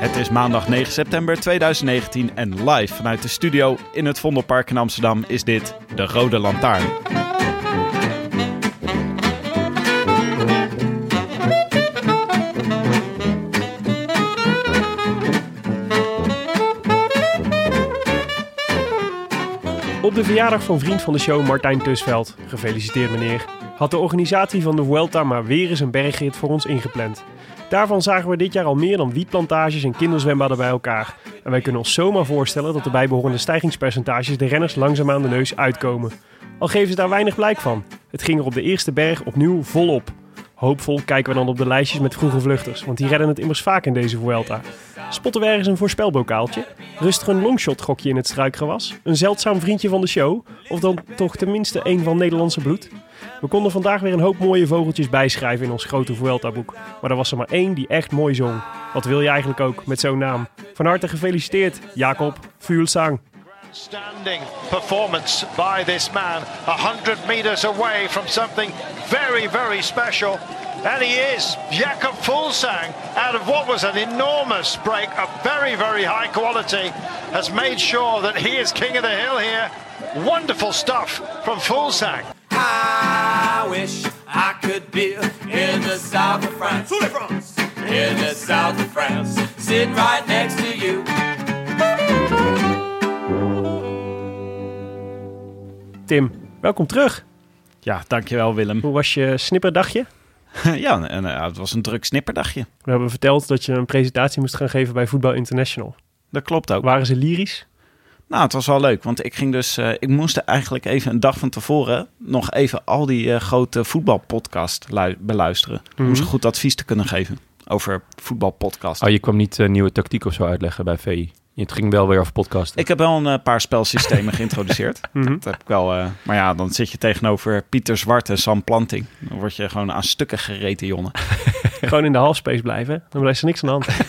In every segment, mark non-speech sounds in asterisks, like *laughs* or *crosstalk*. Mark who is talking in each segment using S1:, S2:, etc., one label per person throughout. S1: Het is maandag 9 september 2019 en live vanuit de studio in het Vondelpark in Amsterdam is dit De Rode Lantaarn.
S2: Op de verjaardag van vriend van de show Martijn Tusveld, gefeliciteerd meneer, had de organisatie van de Vuelta maar weer eens een bergrit voor ons ingepland. Daarvan zagen we dit jaar al meer dan wietplantages en kinderzwembaden bij elkaar. En wij kunnen ons zomaar voorstellen dat de bijbehorende stijgingspercentages de renners langzaam aan de neus uitkomen. Al geven ze daar weinig blijk van. Het ging er op de eerste berg opnieuw volop. Hoopvol kijken we dan op de lijstjes met vroege vluchters, want die redden het immers vaak in deze Vuelta. Spotten we ergens een voorspelbokaaltje? Rustig een longshot-gokje in het struikgewas? Een zeldzaam vriendje van de show? Of dan toch tenminste één van Nederlandse bloed? We konden vandaag weer een hoop mooie vogeltjes bijschrijven in ons grote Vuelta-boek. Maar er was er maar één die echt mooi zong. Wat wil je eigenlijk ook met zo'n naam? Van harte gefeliciteerd, Jacob Fuglsang.
S3: Outstanding performance by this man, 100 meters away from something very, very special. And he is Jakob Fulsang, out of what was an enormous break of very, very high quality, has made sure that he is king of the hill here. Wonderful stuff from Fulsang.
S4: I wish I could be in the south of France. In the south of France, sitting right next to you.
S2: Tim, welkom terug.
S1: Ja, dankjewel Willem.
S2: Hoe was je
S1: *laughs*
S2: snipperdagje?
S1: ja, en, eh, het was een druk snipperdagje.
S2: We hebben verteld dat je een presentatie moest gaan geven bij Voetbal International.
S1: Dat klopt ook.
S2: Waren ze lyrisch?
S1: Nou, het was wel leuk, want ik ging dus, eh, ik moest eigenlijk even een dag van tevoren nog even al die eh, grote voetbalpodcast lui- beluisteren. Om ze goed advies te kunnen geven over voetbalpodcast.
S5: Oh, je kwam niet eh, nieuwe tactiek of zo uitleggen bij VI. Het ging wel weer over podcasten.
S1: Ik heb wel een eh, paar spelsystemen *laughs* geïntroduceerd.
S2: Mhm.
S1: Dat heb ik wel. eh, maar ja, dan zit je tegenover Pieter Zwart en Sam Planting. Dan word je gewoon aan stukken gereten, jongen.
S2: Gewoon in de halfspace blijven, hè? dan blijft er niks aan de hand.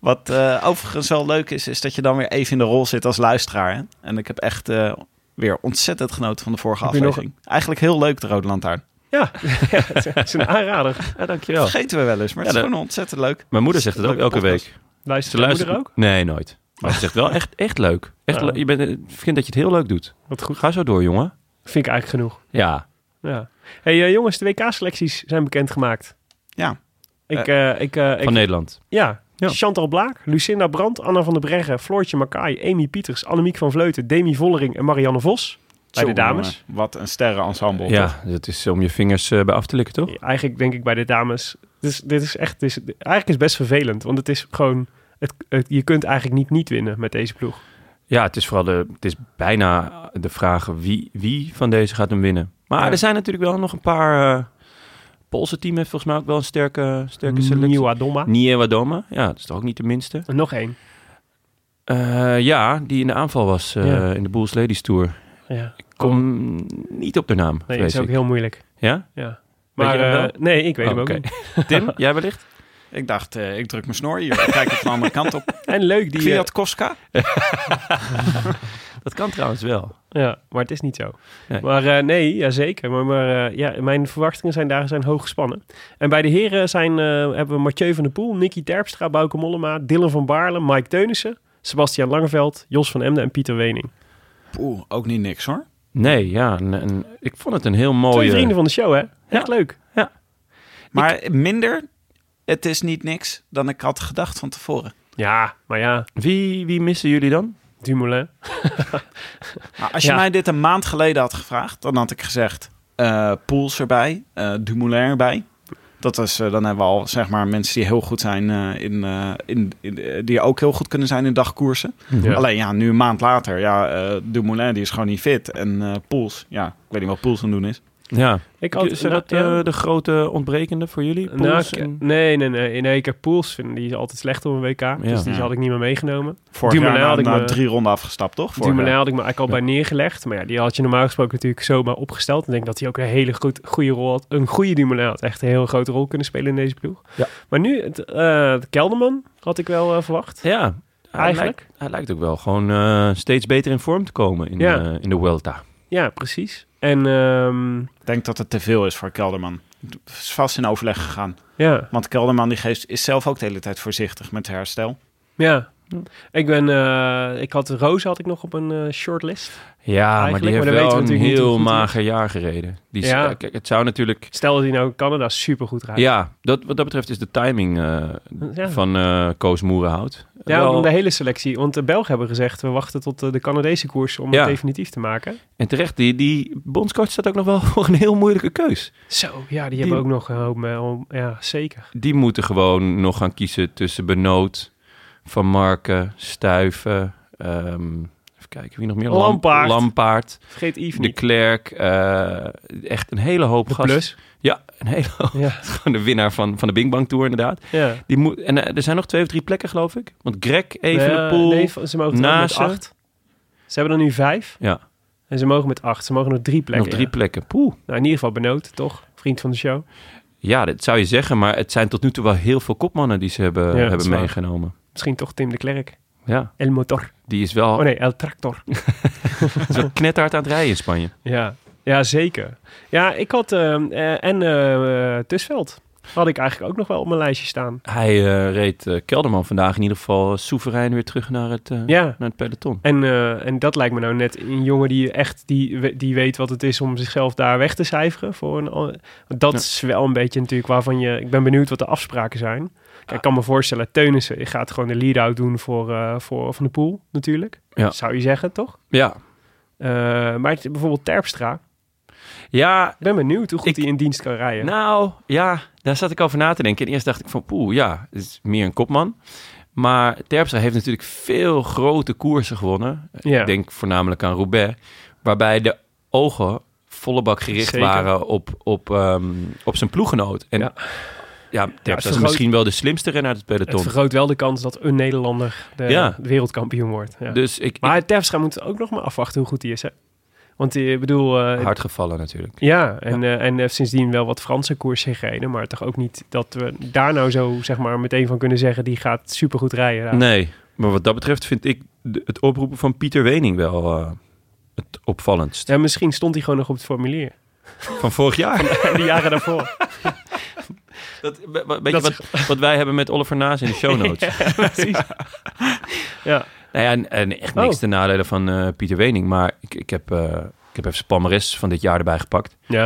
S1: Wat eh, overigens wel leuk is, is dat je dan weer even in de rol zit als luisteraar. Hè? En ik heb echt eh, weer ontzettend genoten van de vorige
S2: Heb je nog-
S1: aflevering. Eigenlijk heel leuk, de Rode Lantaarn.
S2: Ja, *laughs* ja, het is een aanrader.
S5: Ja, dankjewel.
S1: Vergeten we wel eens, maar het
S5: Ja,
S1: is
S5: dat-
S1: gewoon ontzettend leuk.
S5: Mijn moeder zegt het ook
S1: Leuke
S5: elke
S1: podcast.
S5: week.
S2: Luister je moeder ook?
S5: Nee, nooit. Maar ze zegt wel echt, echt leuk. Echt
S2: Ja.
S5: leuk. Je bent, eh, ik vind dat je het heel leuk doet.
S2: Wat goed.
S5: Ga zo door, jongen.
S2: Vind ik eigenlijk genoeg.
S5: Ja.
S2: Ja. hey, eh, jongens, de WK-selecties zijn bekendgemaakt.
S1: Ja.
S2: Ik, eh, ik, eh, ik,
S5: Van Nederland.
S2: ja.
S5: Ja.
S2: Chantal Blaak, Lucinda Brandt, Anna van der Breggen, Floortje Makai, Amy Pieters, Annemiek van Vleuten, Demi Vollering en Marianne Vos. Bij de
S1: Tjonge,
S2: dames.
S1: jongen, Wat een sterrenensemble. toch?
S5: Ja, dat is om je vingers eh, bij af te likken, toch?
S2: Ja, Eigenlijk denk ik bij de dames. Dus dit is echt. Dit is, eigenlijk is het best vervelend. Want het is gewoon. Het, het- je kunt eigenlijk niet niet winnen met deze ploeg.
S5: Ja, het is vooral de, het is bijna de vraag wie, wie van deze gaat hem winnen. Maar
S2: Ja.
S5: er zijn natuurlijk wel nog een paar... eh Poolse team heeft volgens mij ook wel een sterke, sterke selectie.
S2: Nieuwa Domma.
S5: Mm. Nieuwe Doma. Ja, dat is toch ook niet de minste.
S2: En nog één.
S5: Eh, ja, die in de aanval was eh,
S2: Ja.
S5: in de Bulls Ladies Tour.
S2: Ja.
S5: Kom niet op de naam,
S2: Nee, dat
S5: vrees
S2: is ook
S5: ik.
S2: heel moeilijk.
S5: Ja?
S2: Ja.
S5: Weet
S2: Maar
S5: je hem
S2: eh,
S5: wel?
S2: nee, ik weet
S5: Oh,
S2: hem ook
S5: oké.
S2: niet. *laughs*
S5: Tim, jij wellicht?
S1: Ik dacht, eh, ik druk mijn snor hier. Ik kijk het van de andere kant
S2: *laughs*
S1: op.
S2: En leuk die. eh,
S1: Fiat Koska?
S5: Dat kan trouwens wel.
S2: ja, maar het is niet zo.
S5: Nee.
S2: Maar eh, nee, ja, zeker. Maar, maar eh, ja, mijn verwachtingen zijn daar zijn hoog gespannen. En bij de heren zijn, eh, hebben we Mathieu van der Poel, Nicky Terpstra, Bouke Mollema, Dylan van Baarle, Mike Teunissen, Sebastian Langeveld, Jos van Emden en Pieter Wening.
S1: Oeh, ook niet niks hoor.
S5: Nee, ja. een- een- ik vond het een heel
S2: Twee
S5: mooie...
S2: vrienden van de show, hè? Echt leuk.
S1: Maar minder, het is niet niks dan ik had gedacht van tevoren.
S2: Ja, maar ja,
S5: Wie, wie missen jullie dan?
S2: Dumoulin.
S1: Nou, als je
S2: Ja.
S1: mij dit een maand geleden had gevraagd, dan had ik gezegd: eh Pools erbij, eh Dumoulin erbij. Dat is, eh, dan hebben we al zeg maar, mensen die heel goed zijn eh, in, eh, in, in- eh, die ook heel goed kunnen zijn in dagkoersen.
S5: Mhm.
S2: Ja.
S1: Alleen ja, nu een maand later, ja, eh, Dumoulin die is gewoon niet fit. En eh Pools, ja, ik weet niet wat Pools aan het doen is.
S5: Ja.
S2: Ik had,
S5: Zijn dat
S2: nou, ja.
S5: eh, de grote ontbrekende voor jullie?
S2: Nou,
S5: Poels
S2: ik-
S5: en-
S2: nee, nee, nee, nee. Ik heb Pools, vinden die is altijd slecht op een WK. Dus die
S1: Ja.
S2: had ik niet meer meegenomen.
S1: Vorig
S2: Dumoulin
S1: jaar na,
S2: had ik
S1: na
S2: me-
S1: drie ronden afgestapt, toch? Vorig
S2: Dumoulin
S1: jaar.
S2: had ik me eigenlijk al bij neergelegd. Maar ja, die had je normaal gesproken natuurlijk zomaar opgesteld. En ik denk dat hij ook een hele goed, goede rol had. Een goede Dumoulin had echt een heel grote rol kunnen spelen in deze ploeg.
S5: Ja.
S2: Maar nu, het, eh, de Kelderman had ik wel eh, verwacht.
S5: Ja, hij
S2: Eigenlijk?
S5: Lijkt, hij lijkt ook wel gewoon eh, steeds beter in vorm te komen in,
S2: Ja.
S5: eh, in de Welta.
S2: Ja, precies. En ehm,
S1: Ik denk dat het te veel is voor Kelderman. Het is vast in overleg gegaan.
S2: ja,
S1: Want Kelderman die geeft, is zelf ook de hele tijd voorzichtig met herstel.
S2: ja. Ik ben, eh, ik had Roos had ik nog op een eh, shortlist.
S5: Ja, maar
S2: Eigenlijk,
S5: die
S2: maar
S5: heeft
S2: dan weten
S5: wel
S2: we
S5: een
S2: natuurlijk niet hoe
S5: heel
S2: goed hij is.
S5: mager jaar gereden. Die is-
S2: Ja.
S5: eh, Kijk, het zou natuurlijk...
S2: Stel dat hij nou Canada super goed rijdt.
S5: Ja, dat, wat dat betreft is de timing eh,
S2: Ja.
S5: van eh Koos Moerenhout.
S2: Ja,
S5: Wel-
S2: de hele selectie. Want de Belgen hebben gezegd, we wachten tot eh, de Canadese koers om
S5: Ja.
S2: het definitief te maken.
S5: En terecht, die, die bondscoach staat ook nog wel *laughs* voor een heel moeilijke keus.
S2: Zo, ja, die, hebben ook nog een hoop, eh, om- ja, zeker.
S5: Die moeten gewoon nog gaan kiezen tussen Benoot, Van Marken, Stuiven... ehm, even kijken, wie nog meer? Lam-
S2: Lampaard.
S5: Lampaard.
S2: Vergeet Yves
S5: De
S2: niet.
S5: Klerk, eh, echt een hele hoop
S2: De
S5: gasten.
S2: plus.
S5: Ja, een hele *laughs* hoop.
S2: Ja,
S5: Gewoon de winnaar van, van de Bing Bang Tour inderdaad.
S2: ja.
S5: Die moet, en eh, er zijn nog twee of drie plekken geloof ik. Want Greg,
S2: Eh,
S5: Evenepoel.
S2: Nee, nee, ze mogen er ook met
S5: Nase.
S2: acht. Ze hebben er nu vijf.
S5: Ja,
S2: En ze mogen met acht. Ze mogen nog drie plekken.
S5: nog drie
S2: ja.
S5: plekken. Poeh.
S2: Nou, in ieder geval benoot, toch? Vriend van de show.
S5: Ja, dat zou je zeggen. Maar het zijn tot nu toe wel heel veel kopmannen die ze hebben,
S2: Ja, dat is
S5: hebben
S2: waar.
S5: meegenomen.
S2: Misschien toch Tim de Klerk.
S5: Ja,
S2: El Motor.
S5: die is wel
S2: Oh nee, El
S5: *laughs*
S2: Tractor.
S5: is wel knetterhard aan het rijden in Spanje.
S2: Ja, ja zeker. Ja, ik had... ehm, eh, en eh eh, Tussveld had ik eigenlijk ook nog wel op mijn lijstje staan.
S5: Hij eh, reed eh, Kelderman vandaag in ieder geval soeverein weer terug naar het, eh,
S2: Ja.
S5: naar het peloton.
S2: En, eh, en dat lijkt me nou net een jongen die echt die, we- die weet wat het is om zichzelf daar weg te cijferen. Voor een, al- dat
S5: Ja.
S2: is wel een beetje natuurlijk waarvan je. Ik ben benieuwd wat de afspraken zijn. Kijk, ik kan me voorstellen, Teunissen gaat gewoon de lead-out doen voor, eh, voor Van de Poel natuurlijk.
S5: Ja.
S2: Zou je zeggen, toch?
S5: Ja,
S2: Eh, maar het- bijvoorbeeld Terpstra.
S5: ja
S2: Ik ben benieuwd hoe goed
S5: Ik-
S2: hij in dienst kan rijden.
S5: Nou, ja, daar zat ik over na te denken. En eerst dacht ik van, poeh, ja, het is meer een kopman. Maar Terpstra heeft natuurlijk veel grote koersen gewonnen.
S2: Ja.
S5: Ik denk voornamelijk aan Roubaix. Waarbij de ogen volle bak gericht
S2: Zeker.
S5: waren op, op, ehm, op zijn ploeggenoot. En
S2: Ja.
S5: ja, Terpstra is
S2: vergroot-
S5: misschien wel de slimste renner uit het
S2: het
S5: peloton.
S2: vergroot wel de kans dat een Nederlander de
S5: Ja.
S2: wereldkampioen wordt. Ja.
S5: Dus ik, ik
S2: maar Terpstra moet ook nog maar afwachten hoe goed hij is. Hè? Want eh, ik bedoel, eh,
S5: hard gevallen natuurlijk.
S2: Ja, en, eh, en eh, sindsdien wel wat Franse koersen gereden. Maar toch ook niet dat we daar nou zo zeg maar, meteen van kunnen zeggen... die gaat supergoed rijden. Ja.
S5: Nee, maar wat dat betreft vind ik de- het oproepen van Pieter Wening wel eh, het opvallendst.
S2: Ja, misschien stond hij gewoon nog op het formulier. *laughs*
S5: Van *laughs* vorig jaar.
S2: En de jaren daarvoor.
S5: Dat, be- be- beetje wat, wat wij hebben met Oliver Naas in de
S2: *laughs*
S5: show notes.
S2: Precies. Ja.
S5: Nou ja, en, en echt niks
S2: Oh.
S5: ten nadele van eh, Pieter Wening. Maar ik, ik, heb, eh, ik heb even zijn palmarès van dit jaar erbij gepakt.
S2: Ja.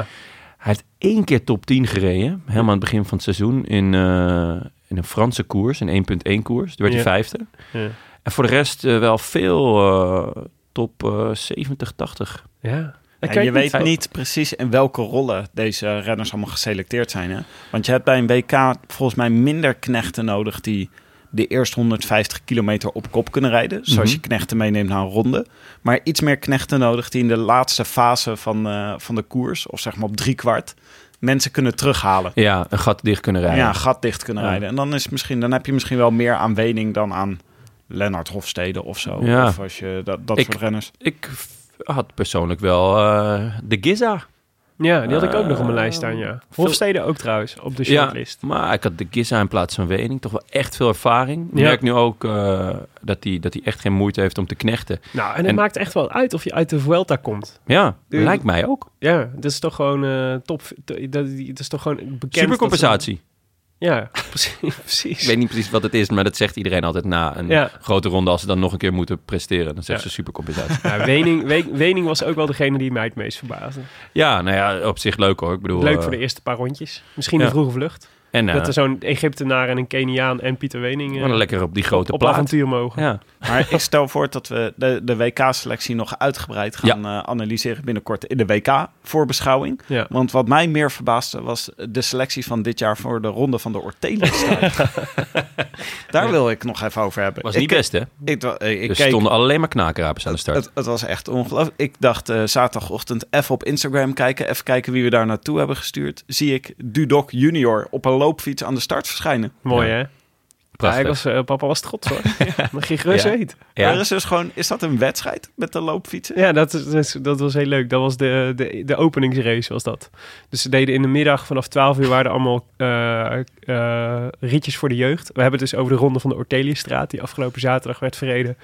S5: Hij heeft één keer top 10 gereden. Helemaal aan het begin van het seizoen. In, eh, in een Franse koers, een 1.1 koers. Daar werd hij
S2: Ja.
S5: vijfde.
S2: Ja.
S5: En voor de rest eh, wel veel eh, top eh, 70, 80.
S2: ja. Dat
S1: En
S2: kan
S1: je
S2: niet-
S1: weet niet. precies in welke rollen deze renners allemaal geselecteerd zijn. Hè? Want je hebt bij een WK volgens mij minder knechten nodig die de eerste 150 kilometer op kop kunnen rijden. Zoals
S5: Mhm.
S1: je knechten meeneemt naar een ronde. Maar iets meer knechten nodig die in de laatste fase van, eh, van de koers, of zeg maar op drie kwart, mensen kunnen terughalen.
S5: Ja, een gat dicht kunnen rijden.
S1: Ja, een gat dicht kunnen
S5: Ja.
S1: rijden. En dan, is misschien, dan heb je misschien wel meer aan Wening dan aan Lennart Hofstede of zo.
S5: Ja.
S1: Of als je dat, dat
S5: Ik-
S1: soort renners.
S5: Ik f- had persoonlijk wel eh, de Giza.
S2: Ja, die had ik ook nog op mijn
S5: Eh,
S2: lijst staan, ja. Hofstede ook trouwens, op de shortlist.
S5: Ja, maar ik had de Giza in plaats van Wening toch wel echt veel ervaring. Ik
S2: Ja.
S5: merk nu ook eh, dat hij dat hij echt geen moeite heeft om te knechten.
S2: Nou, en het
S5: En-
S2: maakt echt wel uit of je uit de Vuelta komt.
S5: Ja,
S2: Duur.
S5: lijkt mij ook.
S2: Ja, dat is toch gewoon eh, top. Dat, dat is toch gewoon bekend. dat ze-
S5: Supercompensatie.
S2: Ja, *laughs* precies. precies.
S5: Ik weet niet precies wat het is, maar dat zegt iedereen altijd na een
S2: Ja.
S5: grote ronde. Als ze dan nog een keer moeten presteren, dan zegt
S2: Ja.
S5: ze supercompensatie. *laughs*
S2: Ja, Wening, We- Wening was ook wel degene die mij het meest verbaasde.
S5: ja, nou ja, op zich leuk hoor. Ik bedoel,
S2: Leuk
S5: eh,
S2: voor de eerste paar rondjes. Misschien
S5: ja.
S2: de vroege vlucht.
S5: En eh,
S2: Met zo'n Egyptenaar en een Keniaan en Pieter Wening eh,
S5: gewoon lekker op die grote
S2: op
S5: plaat.
S2: avontuur mogen.
S5: Ja.
S1: Maar ik stel voor dat we de, de WK-selectie nog uitgebreid gaan eh, analyseren binnenkort in de WK-voorbeschouwing.
S2: Ja.
S1: Want wat mij meer verbaasde was de selectie van dit jaar voor de ronde van de
S5: *laughs*
S1: Ortelenstrijd. Daar wil ik nog even over hebben.
S5: Was
S1: ik,
S5: niet best, hè?
S1: Ik, wa- eh, ik
S5: Dus
S1: keek,
S5: stonden alleen maar knakerapers aan de start.
S1: het, het was echt ongelooflijk. Ik dacht eh, zaterdagochtend even op Instagram kijken, even kijken wie we daar naartoe hebben gestuurd. Zie ik Dudok junior op een loopfiets aan de start verschijnen.
S2: Mooi,
S5: Ja.
S2: hè? Ja,
S5: Prachtig.
S2: ik was, eh, papa was trots, hoor. ja, dan ging gerust
S5: *laughs* Ja.
S2: heet.
S5: Ja.
S1: Er is dus gewoon, is dat een wedstrijd met de loopfietsen?
S2: Ja, dat, is- dat, is- dat was heel leuk. Dat was de, de, de openingsrace, was dat. Dus ze deden in de middag vanaf 12 uur waren er allemaal eh, eh, ritjes voor de jeugd. We hebben het dus over de ronde van de Orteliusstraat, die afgelopen zaterdag werd verreden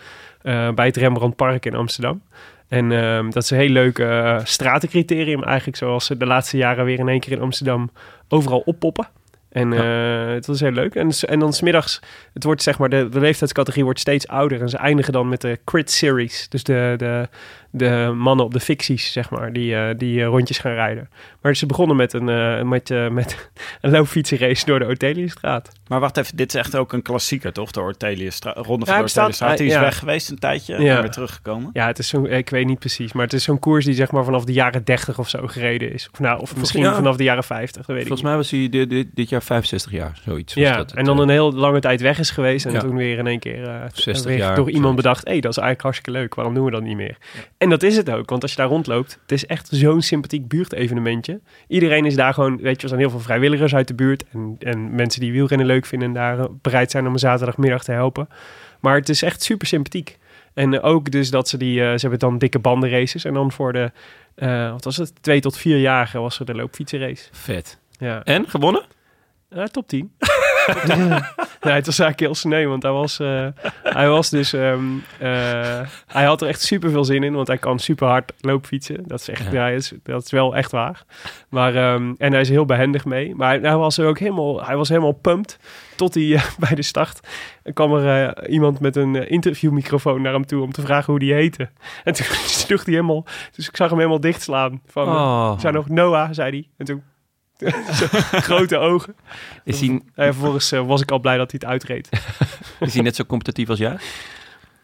S2: eh, bij het Rembrandtpark in Amsterdam. En ehm, dat is een heel leuk eh, stratencriterium eigenlijk, zoals ze de laatste jaren weer in één keer in Amsterdam overal oppoppen. En eh, het was heel leuk. En, s- en dan smiddags het wordt zeg maar, de, de leeftijdscategorie wordt steeds ouder. En ze eindigen dan met de Crit Series. Dus de, de, de mannen op de ficties, zeg maar, die, eh, die eh, rondjes gaan rijden. Maar ze begonnen met een, eh met, eh, met *laughs* een loopfietsenrace door de Otheliusstraat.
S1: Maar wacht even, dit is echt ook een klassieker, toch? De Orteliustra Ronde
S2: Ja,
S1: van de
S2: ik sta-
S1: Orteliusstraat. Die is
S2: ja.
S1: weg geweest een tijdje
S2: Ja.
S1: en weer teruggekomen.
S2: Ja, het is zo'n, ik weet niet precies, maar het is zo'n koers die zeg maar vanaf de jaren 30 of zo gereden is. Of, nou, of misschien
S5: ja.
S2: vanaf de jaren 50, dat weet
S5: Volgens
S2: ik
S5: mij was hij dit, dit, dit jaar 65 jaar, zoiets. was
S2: niet. Ja,
S5: dat het,
S2: en dan
S5: eh,
S2: een heel lange tijd weg is geweest. En
S5: Ja.
S2: toen weer in één keer eh, t-
S5: 60
S2: weer
S5: jaar,
S2: door iemand
S5: zoiets.
S2: bedacht... hé, hey, dat is eigenlijk hartstikke leuk, waarom doen we dat niet meer? En dat is het ook, want als je daar rondloopt... het is echt zo'n sympathiek buurtevenementje. Iedereen is daar gewoon, weet je, er zijn heel veel vrijwilligers uit de buurt... en, en mensen die wielrennen leuk vinden... en daar eh, bereid zijn om een zaterdagmiddag te helpen. Maar het is echt super sympathiek. En eh, ook dus dat ze die, eh, ze hebben dan dikke bandenraces... en dan voor de, eh, wat was het, twee tot vier jaar was er de loopfietsenrace.
S5: Vet.
S2: Ja.
S5: En, gewonnen?
S2: Ja, Eh, top 10. *laughs* nee, het was eigenlijk heel sneu, want hij was, eh, hij was dus... ehm, eh, hij had er echt super veel zin in, want hij kan super hard loopfietsen. Dat is, echt,
S5: Ja.
S2: ja. is, dat is wel echt waar. Maar, ehm, en hij is heel behendig mee. Maar hij, hij was er ook helemaal, hij was helemaal pumped. Tot hij eh, *laughs* bij de start kwam er eh, iemand met een eh, interviewmicrofoon naar hem toe om te vragen hoe die heette. *laughs* En toen sloeg hij helemaal... Dus ik zag hem helemaal dichtslaan. Van,
S5: Oh.
S2: Ik zei nog Noah, zei hij. En toen... *laughs* grote ogen.
S5: Is hij,
S2: En vervolgens eh, was ik al blij dat hij het uitreed.
S5: is hij net zo competitief als jij?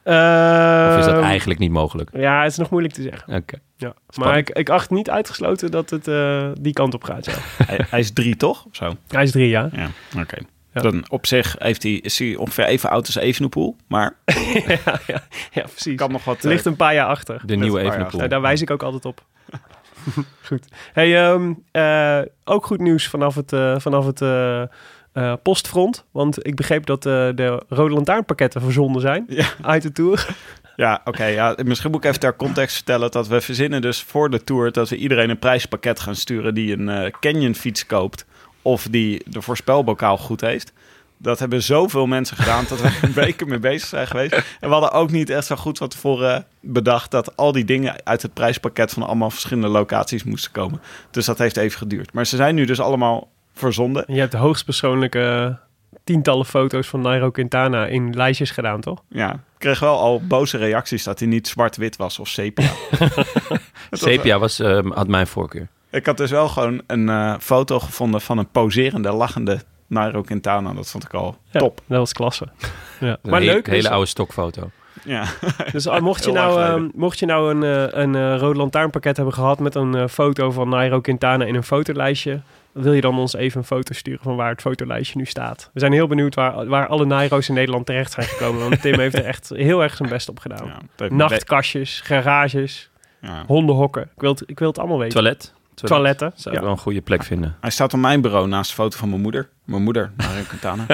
S2: Ehm,
S5: *laughs* Of is dat eigenlijk niet mogelijk?
S2: Ja, het is nog moeilijk te zeggen.
S5: Oké.
S2: Ja. Maar
S5: Spannend.
S2: ik, ik acht niet uitgesloten dat het eh, die kant op gaat. Ja.
S5: *laughs*
S1: hij, hij is drie, toch? Of zo?
S2: Hij is drie jaar.
S1: Ja, oké.
S2: Ja.
S1: Dan op zich heeft hij, is hij ongeveer even oud als Evenepoel, maar
S2: *laughs* ja, ja, ja, precies.
S1: kan nog *laughs* wat... eh,
S2: Ligt een paar jaar achter.
S5: De nieuwe
S1: een paar
S5: Evenepoel.
S2: Nou, daar wijs ik ook altijd op. *laughs* goed. Hey, ehm, eh, ook goed nieuws vanaf het, eh, vanaf het eh, eh, postfront. Want ik begreep dat eh, de rode lantaarnpakketten verzonden zijn
S1: Ja.
S2: uit de Tour.
S1: Ja, oké. ja, misschien moet ik even ter context vertellen dat we verzinnen dus voor de Tour... dat we iedereen een prijspakket gaan sturen die een eh, Canyon-fiets koopt... of die de voorspelbokaal goed heeft. Dat hebben zoveel mensen gedaan dat we een week ermee bezig zijn geweest. En we hadden ook niet echt zo goed van tevoren bedacht... dat al die dingen uit het prijspakket van allemaal verschillende locaties moesten komen. Dus dat heeft even geduurd. Maar ze zijn nu dus allemaal verzonden.
S2: Je hebt de hoogstpersoonlijke eh, tientallen foto's van Nairo Quintana in lijstjes gedaan, toch?
S1: Ja, ik kreeg wel al boze reacties dat hij niet zwart-wit was of sepia.
S5: Sepia was, ehm, had mijn voorkeur.
S1: Ik had dus wel gewoon een eh, foto gevonden van een poserende, lachende Nairo Quintana. Dat vond ik al
S2: Ja,
S1: top.
S2: Dat was klasse. Ja.
S5: Een
S2: Maar
S5: hele-
S2: leuk.
S5: hele
S2: dus,
S5: oude stokfoto.
S1: Ja.
S2: dus ah, mocht, je
S1: Heel lang
S2: nou,
S1: geleden.
S2: ehm, mocht je nou een, eh, een eh, rode lantaarnpakket hebben gehad met een eh, foto van Nairo Quintana in een fotolijstje, wil je dan ons even een foto sturen van waar het fotolijstje nu staat? We zijn heel benieuwd waar, waar alle Nairo's in Nederland terecht zijn gekomen, want Tim heeft er echt heel erg zijn best op gedaan.
S5: Oh.
S1: Ja, dat heeft me
S2: Nachtkastjes, garages,
S1: be- ja.
S2: hondenhokken. Ik wil het, ik wil het allemaal weten.
S5: Toilet.
S2: Toiletten.
S5: Zou
S2: Ja.
S5: ik wel een goede plek vinden.
S1: Hij staat op mijn bureau naast een foto van mijn moeder. Mijn moeder,
S2: *laughs*
S1: Nairo Quintana.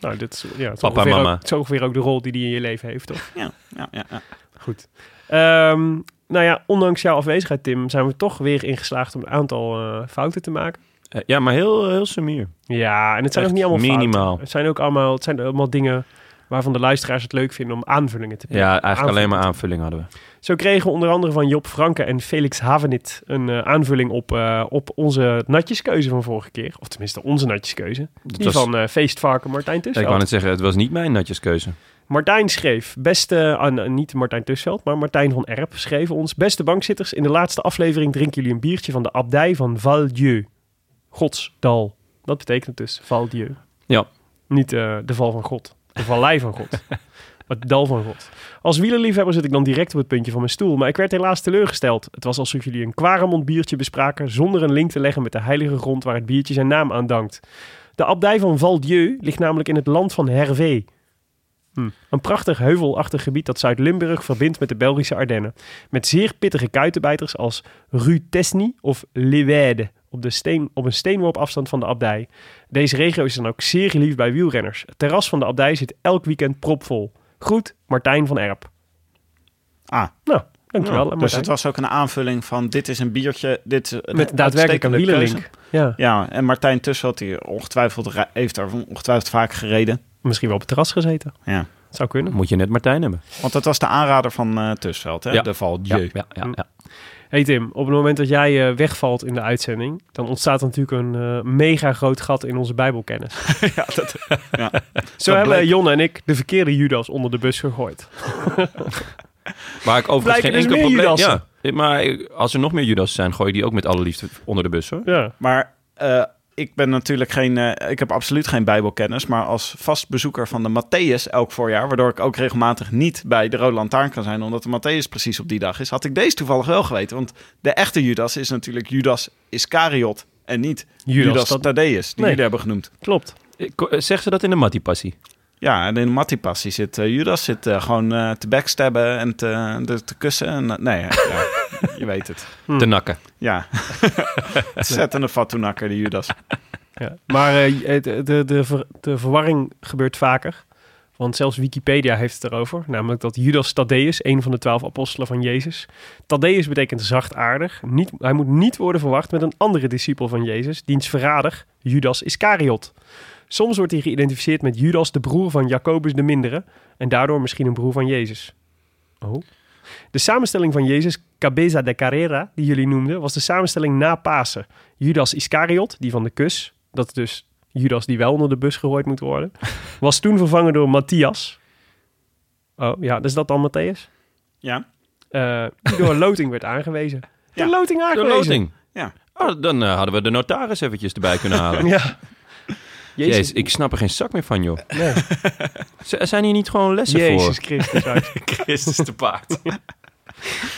S2: Nou, dit is, ja, het is
S5: Papa,
S2: ongeveer
S5: mama.
S2: Ook, het is ongeveer ook de rol die die in je leven heeft,
S5: *laughs*
S2: toch?
S1: ja, ja, ja, ja.
S2: Goed. Ehm, nou ja, ondanks jouw afwezigheid, Tim, zijn we toch weer ingeslaagd om een aantal eh, fouten te maken.
S5: Eh, ja, maar heel, heel sumier.
S2: Ja, en het zijn
S5: Echt
S2: ook niet allemaal
S5: minimaal.
S2: fouten. Het zijn ook allemaal, het zijn allemaal dingen waarvan de luisteraars het leuk vinden om aanvullingen te
S5: Ja, eigenlijk alleen maar aanvulling hadden we.
S2: Zo kregen onder andere van Job Franke en Felix Havenit een eh, aanvulling op, eh, op onze natjeskeuze van vorige keer. Of tenminste, onze natjeskeuze. Die
S5: was-
S2: van eh, Feestvarken Martijn
S5: ik
S2: Tussveld.
S5: wou net zeggen, het was niet mijn natjeskeuze.
S2: Martijn schreef, beste, ah, nou, niet Martijn Tussveld, maar Martijn van Erp schreef ons, beste bankzitters, in de laatste aflevering drinken jullie een biertje van de abdij van Val-Dieu. Godsdal. Dat betekent het dus val Dieu.
S5: Ja.
S2: Niet eh, de val van God. De vallei van God. Het dal van God. Als wielerliefhebber zit ik dan direct op het puntje van mijn stoel. Maar ik werd helaas teleurgesteld. Het was alsof jullie een kwaremond biertje bespraken... zonder een link te leggen met de heilige grond waar het biertje zijn naam aan dankt. De abdij van Valdieu ligt namelijk in het land van Hervé.
S1: Hmm.
S2: Hm. Een prachtig heuvelachtig gebied dat Zuid-Limburg verbindt met de Belgische Ardennen. Met zeer pittige kuitenbijters als Rutesny of Leeuwarden op, de steen, op een steenworp afstand van de abdij. Deze regio is dan ook zeer geliefd bij wielrenners. Het terras van de abdij zit elk weekend propvol. Groet, Martijn van Erp.
S1: Ah,
S2: Nou, dankjewel
S1: ja, dus
S2: Martijn.
S1: het was ook een aanvulling van dit is een biertje, dit is een
S2: Met daadwerkelijk een
S1: uitstekende
S2: wielerlink.
S1: keuze.
S2: Ja,
S1: Ja, en Martijn Tussen had hier ongetwijfeld, re- heeft daar ongetwijfeld vaak gereden.
S2: misschien wel op het terras gezeten.
S1: Ja.
S2: Zou kunnen.
S5: Moet je net Martijn hebben.
S1: Want dat was de aanrader van eh Tussveld, hè?
S5: Ja.
S1: de val
S5: Ja,
S1: Dieu.
S5: ja, ja, ja.
S2: Hey Tim, op het moment dat jij eh, wegvalt in de uitzending, dan ontstaat er natuurlijk een eh, mega groot gat in onze Bijbelkennis.
S1: *laughs* Ja, dat-
S2: Zo
S1: Dat
S2: hebben
S1: bleek.
S2: Jonne en ik de verkeerde Judas onder de bus gegooid.
S5: *laughs* Maar ik overigens
S2: Blijken
S5: geen
S2: dus
S5: enkel
S2: meer
S5: probleem.
S2: Judassen.
S5: Ja, maar ik- als er nog meer Judas zijn, gooi je die ook met alle liefde onder de bus hoor.
S2: Ja.
S1: Maar eh, ik ben natuurlijk geen, eh, ik heb absoluut geen bijbelkennis, maar als vast bezoeker van de Matthäus elk voorjaar, waardoor ik ook regelmatig niet bij de Rode Lantaarn kan zijn, omdat de Matthäus precies op die dag is, had ik deze toevallig wel geweten. Want de echte Judas is natuurlijk Judas Iscariot en niet
S2: Judas,
S1: Judas,
S2: dat-
S1: Thaddeus, die
S2: Nee.
S1: jullie hebben genoemd.
S2: Klopt.
S5: Ik- ko- eh, Zeg ze dat in de Mattie-passie?
S1: Ja, en in de Mattipassie zit eh, Judas zit eh, gewoon eh, te backstabben en te, de- te kussen. En, eh, nee, ja, ja, *laughs* je weet het.
S5: Te nakken.
S1: Ja, *laughs* zettende fatsoenakker, die Judas.
S2: Ja. Maar eh, het- de, de, ver- de verwarring gebeurt vaker. Want zelfs Wikipedia heeft het erover. Namelijk dat Judas Thaddeus, een van de twaalf apostelen van Jezus. Thaddeus betekent zachtaardig. Niet, hij moet niet worden verwacht met een andere discipel van Jezus. Diens verrader, Judas Iscariot. Soms wordt hij geïdentificeerd met Judas, de broer van Jacobus de Mindere. En daardoor misschien een broer van Jezus. Oh. De samenstelling van Jezus, Cabeza de Carrera, die jullie noemden, was de samenstelling na Pasen. Judas Iscariot, die van de kus, dat is dus Judas die wel onder de bus gegooid moet worden, was toen vervangen door Matthias. Oh ja, is dat dan Matthäus?
S1: Ja,
S2: Eh, die door een loting werd aangewezen. De
S1: Ja,
S2: loting
S5: De
S2: aangewezen.
S5: loting.
S1: ja.
S5: Oh, dan eh, hadden we de notaris eventjes erbij kunnen halen.
S2: Ja. Jezus,
S5: Jezus, ik snap er geen zak meer van, joh.
S2: Nee.
S5: *laughs* Z- zijn hier niet gewoon lessen
S2: Jezus Christus. uit.
S5: voor? Christus te paard.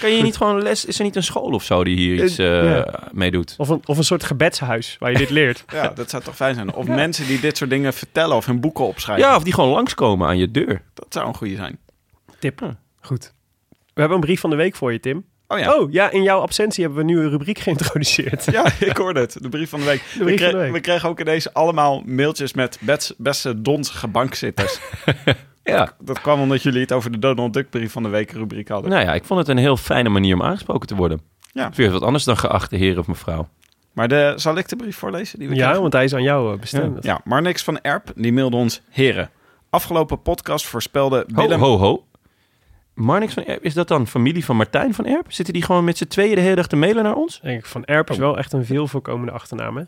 S5: kan je niet gewoon les... Is er niet een school of zo die hier iets eh
S2: Ja.
S5: mee doet?
S2: Of een, of een soort gebedshuis waar je dit leert.
S1: ja, dat zou toch fijn zijn. Of mensen die dit soort dingen vertellen of hun boeken opschrijven.
S5: Ja, of die gewoon langskomen aan je deur.
S1: Dat zou een goede zijn.
S2: Tip. Goed. We hebben een brief van de week voor je, Tim.
S1: Oh ja.
S2: Oh ja, in jouw absentie hebben we een nieuwe rubriek *laughs* geïntroduceerd.
S1: Ja, *laughs* ik hoorde het. De brief van de week. we,
S2: van
S1: kre-
S2: de week.
S1: we kregen ook ineens allemaal mailtjes met bets- beste donsige bankzitters.
S5: Ja.
S1: dat kwam omdat jullie het over de Donald Duck brief van de week rubriek hadden.
S5: Nou ja, ik vond het een heel fijne manier om aangesproken te worden.
S1: Ja.
S5: Het is weer wat anders dan geachte heer of mevrouw.
S1: Maar de, zal ik de brief voorlezen? Die we kregen?
S2: Ja, want hij is aan jou eh, bestemd.
S1: Ja, maar niks van Erp, die mailde ons... Heren, afgelopen podcast voorspelde
S5: Ho,
S1: Willem...
S5: ho, ho. Marnix van Erp, is dat dan familie van Martijn van Erp? Zitten die gewoon met z'n tweeën de hele dag te mailen naar ons?
S2: Denk ik, van Erp is wel echt een veel voorkomende achternaam, hè?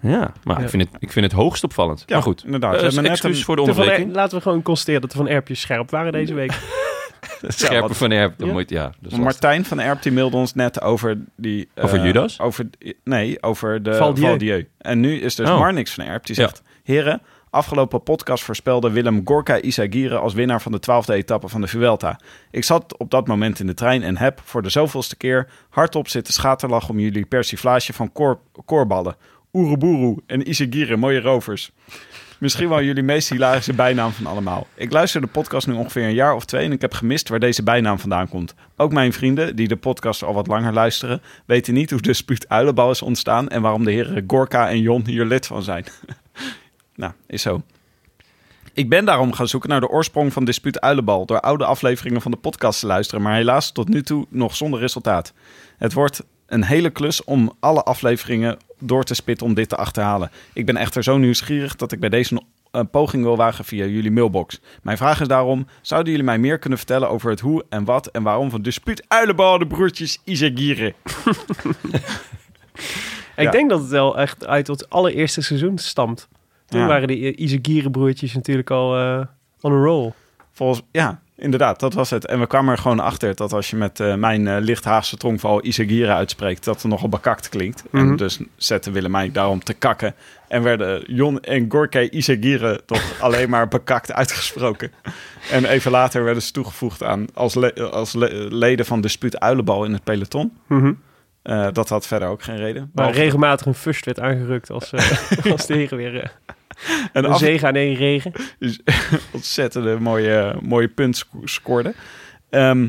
S5: Ja, maar
S2: Ja.
S5: Ik, vind het, ik vind het hoogst opvallend.
S1: Ja,
S5: maar goed,
S1: inderdaad.
S5: Eh,
S1: We hebben net
S5: excuus
S1: een- e-
S5: voor de
S2: Te Van
S5: onderbreking.
S2: Er- laten we gewoon constateren dat de Van Erpjes scherp waren deze
S1: *laughs*
S2: week.
S1: *laughs* Ja,
S5: Scherpe
S1: wat-
S5: van Erp, dan
S2: Ja.
S5: moet je- ja, dat is lastig.
S1: Martijn van Erp die mailde ons net over die... eh,
S5: Dus Over Judas?
S1: Over, nee, over de
S2: Val Dieu.
S1: Val Dieu. En nu is dus
S5: Oh.
S1: Marnix van Erp die
S5: Ja.
S1: zegt... Heren, afgelopen podcast voorspelde Willem Gorka Isagire... als winnaar van de twaalfde etappe van de Vuelta. Ik zat op dat moment in de trein en heb voor de zoveelste keer... hardop zitten schaterlachen om jullie persiflage van koor, koorballen. Oeruburu en Isagire, mooie rovers. Misschien wel jullie meest hilarische bijnaam van allemaal. Ik luister de podcast nu ongeveer een jaar of twee en ik heb gemist waar deze bijnaam vandaan komt. Ook mijn vrienden, die de podcast al wat langer luisteren, weten niet hoe de spuut uilenbal is ontstaan en waarom de heren Gorka en Jon hier lid van zijn. *laughs* nou, is zo. Ik ben daarom gaan zoeken naar de oorsprong van Dispuut Uilenbal door oude afleveringen van de podcast te luisteren, maar helaas tot nu toe nog zonder resultaat. Het wordt een hele klus om alle afleveringen door te spitten om dit te achterhalen. Ik ben echter zo nieuwsgierig dat ik bij deze een een poging wil wagen via jullie mailbox. Mijn vraag is daarom, zouden jullie mij meer kunnen vertellen over het hoe en wat en waarom van Dispuut Uilenbal de broertjes Isagire?
S2: Ik
S1: Ja.
S2: denk dat het wel echt uit het allereerste seizoen stamt. Toen
S1: Ja.
S2: waren de Isagire broertjes natuurlijk al eh, on a roll.
S1: Volgens, ja, Inderdaad, dat was het. En we kwamen er gewoon achter dat als je met eh, mijn eh, licht Haagse tongval Isagira uitspreekt, dat het nogal bekakt klinkt. En dus zetten Willemijn daarom te kakken. En werden Jon en Gorkei Isagira toch alleen maar bekakt uitgesproken. En even later werden ze toegevoegd aan als, le- als le- leden van dispuut Uilenbal in het peloton.
S2: Mhm.
S1: Eh, dat had verder ook geen reden.
S2: Waar
S1: Behalve-
S2: regelmatig een first werd aangerukt
S1: *laughs*
S2: als, eh, als de heren weer eh,
S1: en
S2: een
S1: af-
S2: zege aan één regen.
S1: Dus ontzettende mooie, mooie punt sco- scoorde. Ehm,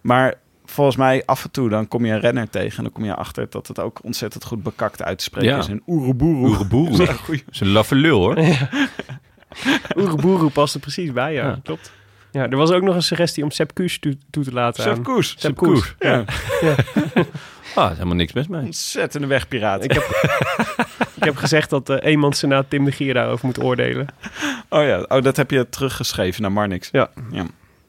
S1: maar volgens mij af en toe dan kom je een renner tegen... en dan kom je achter dat het ook ontzettend goed bekakt uit te spreken
S5: Ja.
S1: is. En Oeroboeroe. *laughs*
S5: Oeroboeroe.
S1: is een goeie.
S5: Dat is een laffe lul, hoor.
S2: Oeroboeroe past er precies bij, ja.
S5: Ja.
S2: Klopt. Ja, er was ook nog een suggestie om Sepp Kuss toe, toe te laten
S1: Chef
S2: aan-
S1: Koes.
S2: Sepp Koes.
S1: Ja.
S5: Ah, er is helemaal niks mis mee.
S1: Ontzettende wegpiraat.
S2: Ik heb, ik heb gezegd dat eh eenmanssenaat Tim de Gier daarover moet oordelen.
S1: *laughs* Oh ja, oh, dat heb je teruggeschreven naar Marnix.
S2: Ja.
S1: ja.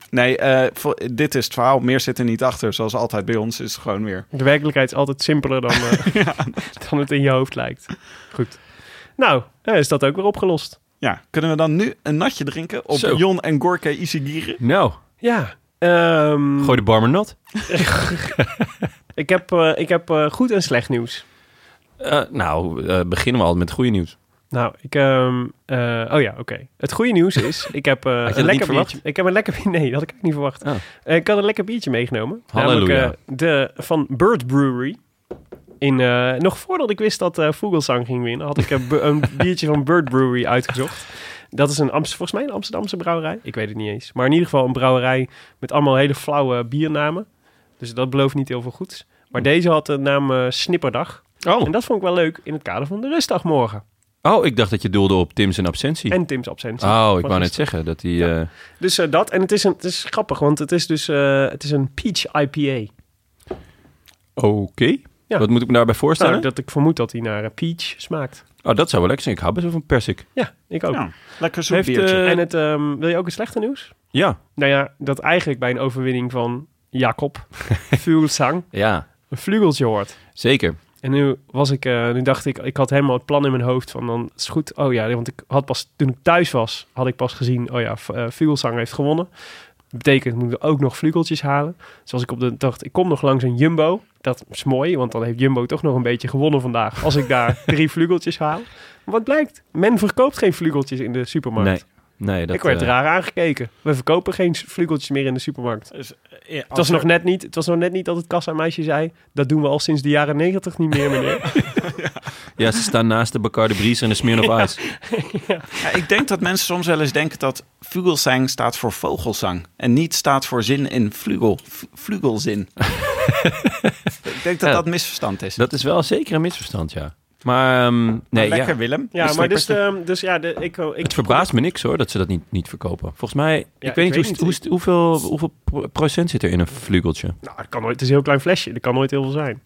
S1: Nee, eh, vo- dit is het verhaal. Meer zit er niet achter. Zoals altijd bij ons is het gewoon weer...
S2: De werkelijkheid is altijd simpeler dan, eh, *laughs* dan het in je hoofd lijkt. Goed. Nou, eh, is dat ook weer opgelost.
S1: Ja, kunnen we dan nu een natje drinken op
S5: Zo.
S1: Jon en Gorke Isigieren?
S5: Nou,
S2: Ja. ehm,
S5: gooi de bar maar nat.
S2: ik heb, eh, ik heb eh, goed en slecht nieuws.
S5: Eh, nou, eh, beginnen we al met het goede nieuws.
S2: Nou, ik... ehm, eh, oh ja, oké. Het goede nieuws is, ik heb eh,
S5: *laughs* dat
S2: een
S5: niet
S2: lekker
S5: verwacht?
S2: biertje... Ik heb een lekker biertje... *laughs* Nee, dat had ik eigenlijk niet verwacht.
S5: Oh.
S2: Eh, ik had een lekker biertje meegenomen.
S5: Halleluja.
S2: Namelijk eh, de, van Bird Brewery. In, eh, nog voordat ik wist dat eh Vogelsang ging winnen, had ik een, bu-
S5: *laughs*
S2: een biertje van Bird Brewery uitgezocht. Dat is een Amst- volgens mij een Amsterdamse brouwerij. Ik weet het niet eens. Maar in ieder geval een brouwerij met allemaal hele flauwe biernamen. Dus dat belooft niet heel veel goeds. Maar deze had de naam eh, Snipperdag.
S5: Hm. Oh.
S2: En dat vond ik wel leuk in het kader van de rustdag morgen.
S5: oh, ik dacht dat je doelde op Tim's en absentie.
S2: En Tim's absentie.
S5: oh, ik
S2: Wat
S5: wou
S2: is
S5: net zeggen dat hij... eh,
S2: Dus eh, dat. En het is, een, het is grappig, want het is dus eh, het is een peach IPA.
S5: Oké.
S2: Ja.
S5: Wat moet ik me daarbij voorstellen?
S2: Nou, dat ik vermoed dat hij naar eh, peach smaakt.
S5: Oh, dat zou wel lekker zijn. Ik hou best wel van persik.
S2: Ja, ik ook.
S1: Ja, lekker zo'n
S5: Heeft,
S1: biertje.
S5: eh,
S2: en het, ehm, wil je ook het slechte nieuws?
S5: ja.
S2: Nou ja, dat eigenlijk bij een overwinning van
S5: *laughs*
S2: Jacob Vugelsang
S5: Ja,
S2: een vlugeltje hoort.
S5: zeker.
S2: En nu, was ik, eh, nu dacht ik, ik had helemaal het plan in mijn hoofd van dan is het goed. Oh ja, want ik had pas, toen ik thuis was, had ik pas gezien, oh ja, v- eh, Vugelsang heeft gewonnen. Dat betekent, moeten we ook nog vlugeltjes halen. Dus als ik op de dacht, ik kom nog langs een Jumbo. Dat is mooi, want dan heeft Jumbo toch nog een beetje gewonnen vandaag. Als ik daar
S5: *laughs*
S2: drie vlugeltjes haal. Maar wat blijkt, men verkoopt geen vlugeltjes in de supermarkt.
S5: Nee. Nee, dat,
S2: ik werd
S5: eh,
S2: raar aangekeken. We verkopen geen s- vlugeltjes meer in de supermarkt. Het was,
S5: eh,
S2: nog net niet, het was nog net niet dat het kassameisje zei... dat doen we al sinds de jaren negentig niet meer,
S5: *laughs*
S2: meneer.
S5: Ja, ze staan naast de Bacardi Breeze en de *laughs* Smirnoff op Ice.
S1: Ja, ik denk dat mensen soms wel eens denken dat vugelsang staat voor vogelzang. En niet staat voor zin in vlugel, v-
S5: *laughs*
S1: vlugelzin. ik denk dat
S5: Ja.
S1: dat misverstand is.
S5: Dat is wel zeker een misverstand, ja. Maar ehm, nee,
S1: lekker
S5: ja.
S1: Willem.
S2: ja,
S1: De
S2: maar dus,
S1: snippers-
S2: ehm, dus ja, de, ik, ik...
S5: het verbaast me niks hoor dat ze dat niet, niet verkopen. Volgens mij, ik
S2: ik
S5: weet niet,
S2: weet
S5: hoe,
S2: niet.
S5: hoe, hoeveel, hoeveel pro- procent zit er in een vlugeltje.
S2: Nou, dat kan nooit, het is een heel klein flesje. Dat kan nooit heel veel zijn.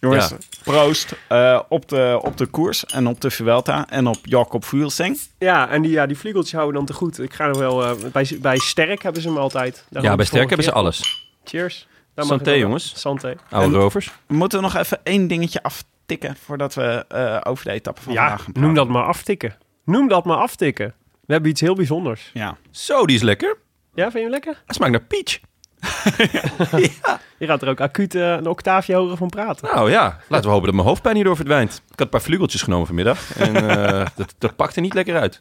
S1: Jongens,
S5: ja.
S1: proost eh, op, de, op de koers en op de Vuelta en op Jacob Vugelsang.
S2: *laughs* Ja, en die, ja, die vlugeltjes houden dan te goed. Ik ga er wel... eh, bij, bij Sterk hebben ze hem altijd. Daar
S5: ja,
S2: had
S5: bij
S2: ik
S5: Sterk hebben ze
S2: vorige
S5: alles.
S2: keer. Cheers. Nou, mag
S5: Santé,
S2: ik wel-
S5: jongens.
S2: Santé.
S5: Oude
S1: En-
S5: rovers.
S1: We moeten nog even één dingetje aftikken voordat we eh, over de etappe van
S2: Ja,
S1: vandaag gaan
S2: noem
S1: praten.
S2: dat maar aftikken. Noem dat maar aftikken. We hebben iets heel bijzonders.
S1: Ja.
S5: Zo, die is lekker.
S2: Ja, vind je hem lekker?
S5: Hij smaakt naar peach.
S2: Je gaat er ook acuut eh, een octaafje hoger van praten.
S5: Nou ja, laten we hopen dat mijn hoofdpijn hierdoor verdwijnt. Ik had een paar vlugeltjes genomen vanmiddag en eh, *laughs* dat, dat pakte niet lekker uit.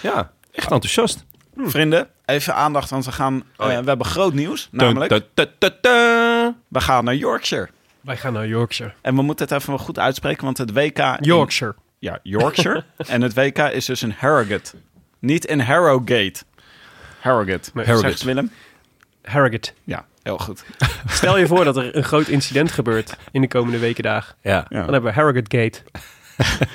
S5: Ja, echt enthousiast.
S2: Hmm.
S1: Vrienden, even aandacht, want we, gaan,
S5: Oh,
S1: eh, we hebben groot nieuws. Namelijk,
S5: Ta- ta- ta- ta- ta.
S1: we gaan naar Yorkshire.
S2: Wij gaan naar Yorkshire.
S1: En we moeten het even wel goed uitspreken, want het WK... in-
S2: Yorkshire.
S1: Ja, Yorkshire. *laughs* en het WK is dus in Harrogate. Niet in Harrogate. Harrogate.
S5: Harrogate.
S1: Zegt Willem?
S2: Harrogate.
S1: Ja, heel goed.
S2: Stel je voor dat er een groot incident gebeurt in de komende weken dagen.
S5: Ja,
S1: Ja.
S2: Dan hebben we Harrogate Gate.
S5: *laughs*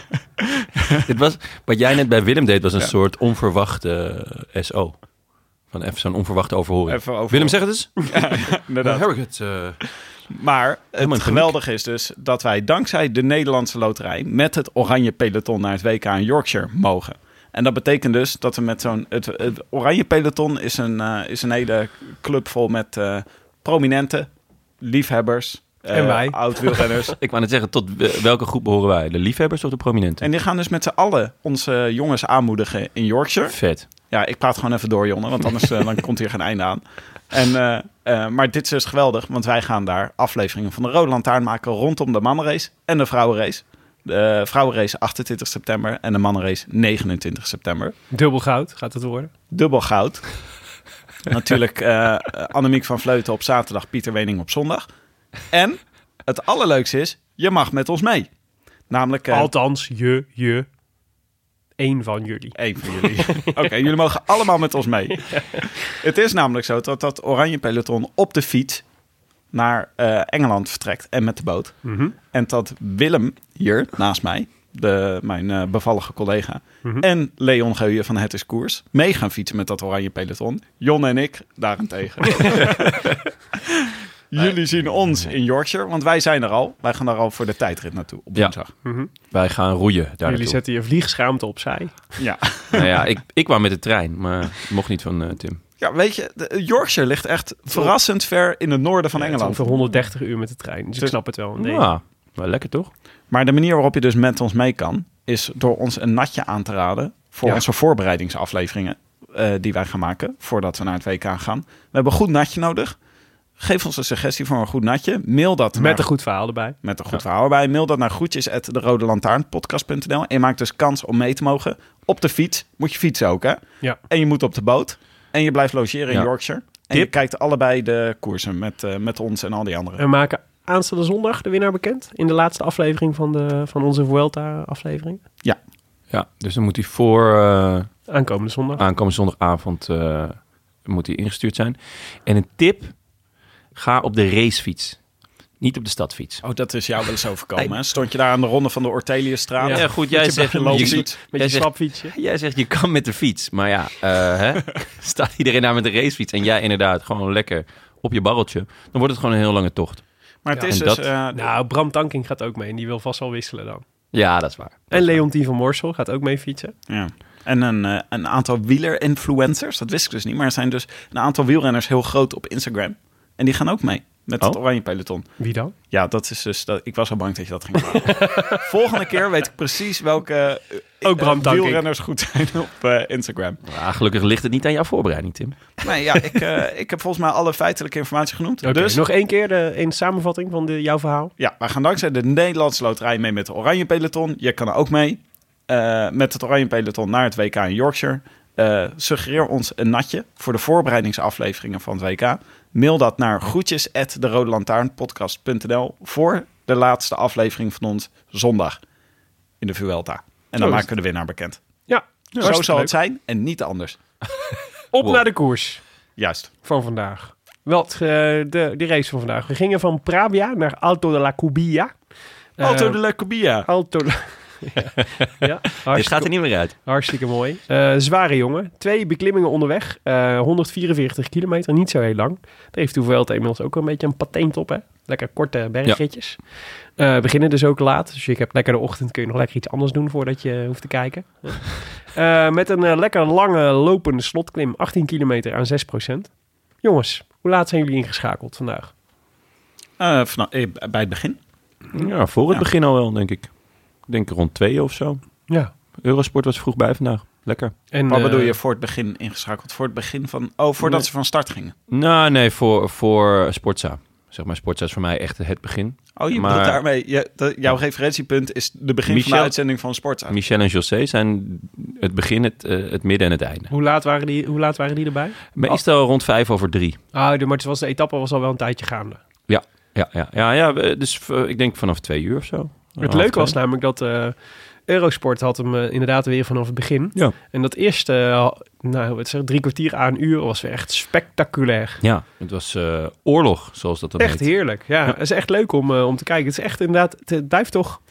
S5: dit was, wat jij net bij Willem deed was een soort onverwachte eh, SO. Van even zo'n onverwachte overhoring.
S1: Even overhoring.
S5: Willem, zeg het eens.
S1: Inderdaad.
S5: Harrogate, eh,
S1: Maar
S5: in
S1: het
S5: paniek.
S1: geweldige is dus dat wij dankzij de Nederlandse loterij... met het oranje peloton naar het WK in Yorkshire mogen. En dat betekent dus dat we met zo'n... Het, het oranje peloton is een, eh, is een hele club vol met eh prominenten, liefhebbers... eh,
S2: En wij.
S1: Oud-wielrenners.
S5: ik wou net zeggen, tot we- welke groep behoren wij? De liefhebbers of de prominenten?
S1: en die gaan dus met z'n allen onze jongens aanmoedigen in Yorkshire.
S5: Vet.
S1: Ja, ik praat gewoon even door, Jonne, want anders eh, dan komt hier geen einde aan. En, eh, eh, maar dit is dus geweldig, want wij gaan daar afleveringen van de Rode Lantaarn maken rondom de mannenrace en de vrouwenrace. De eh, vrouwenrace 28 september en de mannenrace 29 september.
S2: Dubbel goud gaat het worden.
S1: Dubbel goud. Natuurlijk eh Annemiek van Vleuten op zaterdag, Pieter Wening op zondag. En het allerleukste is, je mag met ons mee. Namelijk eh,
S2: Althans, je, je, één van jullie.
S1: Eén van jullie. *laughs* Oké, jullie mogen allemaal met ons mee. Het is namelijk zo dat dat oranje peloton op de fiets naar eh, Engeland vertrekt en met de boot. En dat Willem hier naast mij, de, mijn eh, bevallige collega, en Leon Geuyen van Het is Koers mee gaan fietsen met dat oranje peloton. Jon en ik daarentegen. Jullie zien ons in Yorkshire, want wij zijn er al. Wij gaan daar al voor de tijdrit naartoe op
S5: Ja.
S1: woensdag.
S5: Wij gaan roeien daar
S2: jullie zetten je vliegschaamte opzij.
S1: Ja.
S5: Nou ja, ik, ik kwam met de trein, maar het mocht niet van eh, Tim.
S1: ja, weet je, de- Yorkshire ligt echt verrassend ver in het noorden van
S2: Het is
S1: Engeland.
S2: ongeveer 130 uur met de trein, dus ik
S1: Dus-
S2: snap het wel. Nee.
S5: Ja, maar lekker toch?
S1: Maar de manier waarop je dus met ons mee kan, is door ons een natje aan te raden voor
S2: Ja.
S1: onze voorbereidingsafleveringen eh, die wij gaan maken voordat we naar het WK gaan. We hebben een goed natje nodig. Geef ons een suggestie voor een goed natje. Mail dat naar-
S2: Met een goed verhaal erbij.
S1: met een goed verhaal erbij. Mail dat naar groetjes at derodelantaarnpodcast.nl. En je maakt dus kans om mee te mogen. Op de fiets moet je fietsen ook, hè?
S2: Ja.
S1: En je moet op de boot. En je blijft logeren
S5: Ja.
S1: in Yorkshire. En je kijkt allebei de koersen met, eh, met ons en al die anderen.
S2: We maken aanstaande zondag de winnaar bekend. In de laatste aflevering van, de, van onze Vuelta-aflevering.
S5: Ja, dus dan moet hij voor eh,
S2: Aankomende zondag.
S5: aankomende zondagavond eh, moet hij ingestuurd zijn. En een tip, ga op de racefiets. Niet op de stadfiets.
S1: Oh, dat is jou wel eens overkomen. hè? Stond je daar aan de ronde van de Orteliusstraat?
S5: Ja, goed, jij zegt, je,
S1: logisch
S5: jij
S1: iets.
S2: Met je
S5: zegt-
S2: stapfietsje.
S5: jij zegt je kan met de fiets, maar ja, eh, hè? staat iedereen daar met de racefiets en jij inderdaad gewoon lekker op je barreltje, dan wordt het gewoon een heel lange tocht.
S1: Maar het
S2: Ja.
S1: is
S5: En
S1: dus...
S5: dat-
S1: eh,
S2: Nou, Bram Tanking gaat ook mee en die wil vast wel wisselen dan.
S5: Ja, dat is waar.
S2: En Leontien van Morsel gaat ook mee fietsen.
S1: ja. En een, eh, een aantal wieler-influencers, dat wist ik dus niet, maar er zijn dus een aantal wielrenners heel groot op Instagram. En die gaan ook mee met het
S5: Oh.
S1: Oranje Peloton.
S2: Wie dan?
S1: Ja, dat is dus... Dat, ik was al bang dat je dat ging vragen.
S5: *laughs*
S1: Volgende keer weet ik precies welke eh,
S2: Ook Bram
S1: eh,
S2: Tankink.
S1: wielrenners goed zijn op eh, Instagram.
S5: Ah, gelukkig ligt het niet aan jouw voorbereiding, Tim.
S1: Nee, ja, ik, eh, ik heb volgens mij alle feitelijke informatie genoemd.
S2: Oké,
S1: dus...
S2: nog één keer de, een samenvatting van de, jouw verhaal.
S1: Ja, wij gaan dankzij de Nederlandse Loterij mee met de Oranje Peloton. Je kan er ook mee eh, met het Oranje Peloton naar het WK in Yorkshire. Eh, suggereer ons een natje voor de voorbereidingsafleveringen van het WK. Mail dat naar groetjes at derodelantaarnpodcast.nl voor de laatste aflevering van ons zondag in de Vuelta. En dan
S2: is
S1: maken we de winnaar bekend.
S2: Oh. Ja,
S1: Zo
S2: hartstikke
S1: zal
S2: leuk.
S1: het zijn en niet anders.
S2: Op
S5: Wow.
S2: naar de koers
S1: Juist.
S2: van vandaag. Wel, eh, de, de race van vandaag. We gingen van Pravia naar Alto de la Cubilla. Eh,
S1: Alto de la Cubia.
S2: Alto de la... ja, ja,
S5: Dit gaat
S2: hartstikke,
S5: er niet meer uit.
S2: hartstikke mooi. Eh, zware jongen. Twee beklimmingen onderweg. Eh, 144 kilometer, niet zo heel lang. Daar heeft de Vuelta inmiddels ook wel een beetje een patent op, hè? Lekker korte bergritjes. Eh, we beginnen dus ook laat. Dus je hebt lekker de ochtend, kun je nog lekker iets anders doen voordat je hoeft te *laughs* kijken. Eh, met een eh, lekker lange lopende slotklim, 18 kilometer aan 6%. Jongens, hoe laat zijn jullie ingeschakeld vandaag?
S1: Eh, vanaf- eh, bij het begin.
S5: Ja, voor het
S1: Ja.
S5: begin al wel, denk ik. Ik denk rond twee of zo.
S2: Ja.
S5: Eurosport was vroeg bij vandaag. Lekker.
S2: En,
S1: Wat
S2: eh,
S1: bedoel je voor het begin ingeschakeld? Voor het begin van... Oh, voordat ze van start gingen.
S5: Nou, nee, voor, voor Sportza. Zeg maar, Sportza is voor mij echt het begin.
S1: Oh, je
S5: Maar-
S1: bedoelt daarmee... Je, de- jouw referentiepunt is de begin van
S5: Michel-
S1: de uitzending van Sportza.
S5: Michel en José zijn het begin, het, eh, het midden en het einde.
S2: Hoe laat, waren die, hoe laat waren die erbij?
S5: Meestal rond vijf over drie.
S2: Ah, de, maar het was, de etappe was al wel een tijdje gaande.
S5: Ja, ja, ja. ja, ja we- dus eh, ik denk vanaf twee uur of zo.
S2: Het
S5: Half
S2: leuke was
S5: twee.
S2: namelijk dat eh, Eurosport had hem eh, inderdaad weer vanaf het begin.
S5: Ja.
S2: En dat eerste, eh, nou, wat zeg, ik, drie kwartier aan een uur was weer echt spectaculair.
S5: Ja, het was eh, oorlog, zoals dat dan
S2: Echt
S5: heet.
S2: heerlijk. Ja, het is echt leuk om, eh, om te kijken. Het is echt inderdaad, het, het blijft toch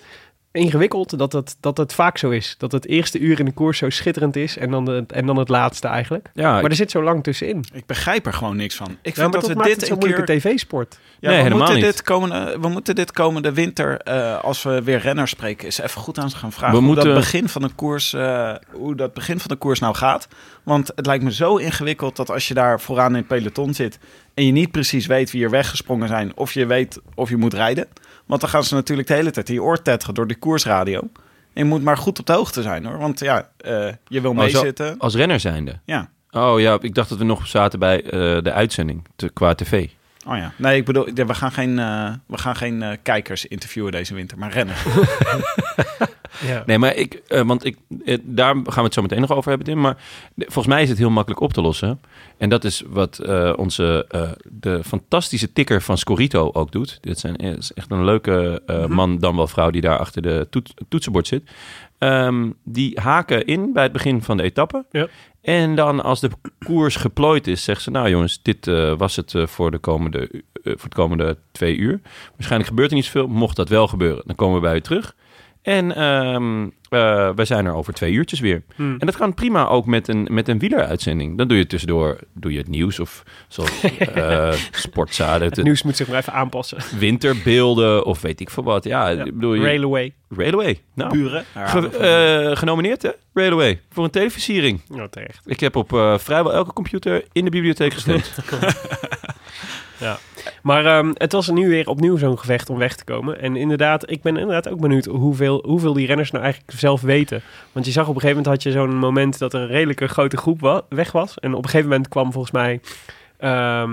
S2: ingewikkeld dat het, dat het vaak zo is. Dat het eerste uur in de koers zo schitterend is en dan, de, en dan het laatste eigenlijk.
S5: Ja,
S2: Maar
S5: ik-
S2: er zit zo lang tussenin.
S1: Ik begrijp er gewoon niks van. Ik
S2: Ja, Nou, maar
S1: vind
S2: dat,
S1: dat we
S2: maakt dit
S1: dit
S2: het
S1: een
S2: zo'n
S1: keer...
S2: moeilijke tv-sport.
S1: Ja,
S5: Nee,
S1: we,
S5: helemaal
S1: moeten
S5: niet.
S1: Dit komende, we moeten dit komende winter, eh, als we weer renners spreken, eens even goed aan ze gaan vragen.
S5: We
S1: hoe, dat
S5: moeten-
S1: begin van de koers, eh, hoe dat begin van de koers nou gaat. Want het lijkt me zo ingewikkeld dat als je daar vooraan in het peloton zit... en je niet precies weet wie er weggesprongen zijn... of je weet of je moet rijden. Want dan gaan ze natuurlijk de hele tijd die oortetgen door de koersradio. Je moet maar goed op de hoogte zijn hoor. Want ja, eh, je
S5: Oh,
S1: wil meezitten.
S5: Als renner zijnde.
S1: Ja.
S5: Oh ja, ik dacht dat we nog zaten bij eh, de uitzending te- qua tv.
S1: Oh ja. Nee, ik bedoel, we gaan geen, eh, we gaan geen eh, kijkers interviewen deze winter, maar rennen.
S2: Ja.
S5: Nee, maar ik, eh, want ik, eh, daar gaan we het zo meteen nog over hebben, Tim. Maar de- volgens mij is het heel makkelijk op te lossen. En dat is wat eh, onze, eh, de fantastische tikker van Scorito ook doet. Dit zijn, eh, is echt een leuke eh,
S2: Mhm.
S5: man, dan wel vrouw, die daar achter de toet- toetsenbord zit. Ehm, die haken in bij het begin van de etappe.
S2: Ja.
S5: En dan als de koers geplooid is, zegt ze... nou jongens, dit eh, was het eh, voor, de komende, u- eh, voor de komende twee uur. Waarschijnlijk gebeurt er niet zoveel. Mocht dat wel gebeuren, dan komen we bij u terug. En ehm eh, wij zijn er over twee uurtjes weer.
S2: Hmm.
S5: En dat kan prima ook met een, met een wieleruitzending. Dan doe je tussendoor doe je het nieuws of
S2: *laughs*
S5: zoals eh sportzaden,
S2: Het nieuws moet zich maar even aanpassen.
S5: winterbeelden of weet ik veel wat. Ja, ik bedoel je,
S2: Railway.
S5: Railway. Nou,
S1: Buren.
S5: ge- eh, genomineerd hè, Railway, voor een televisiering.
S2: Ja, terecht.
S5: Ik heb op eh, vrijwel elke computer in de bibliotheek gestemd.
S2: Maar ehm, het was nu weer opnieuw zo'n gevecht om weg te komen. En inderdaad, ik ben inderdaad ook benieuwd hoeveel, hoeveel die renners nou eigenlijk zelf weten. Want je zag op een gegeven moment had je zo'n moment dat er een redelijke grote groep wa- weg was. En op een gegeven moment kwam volgens mij ehm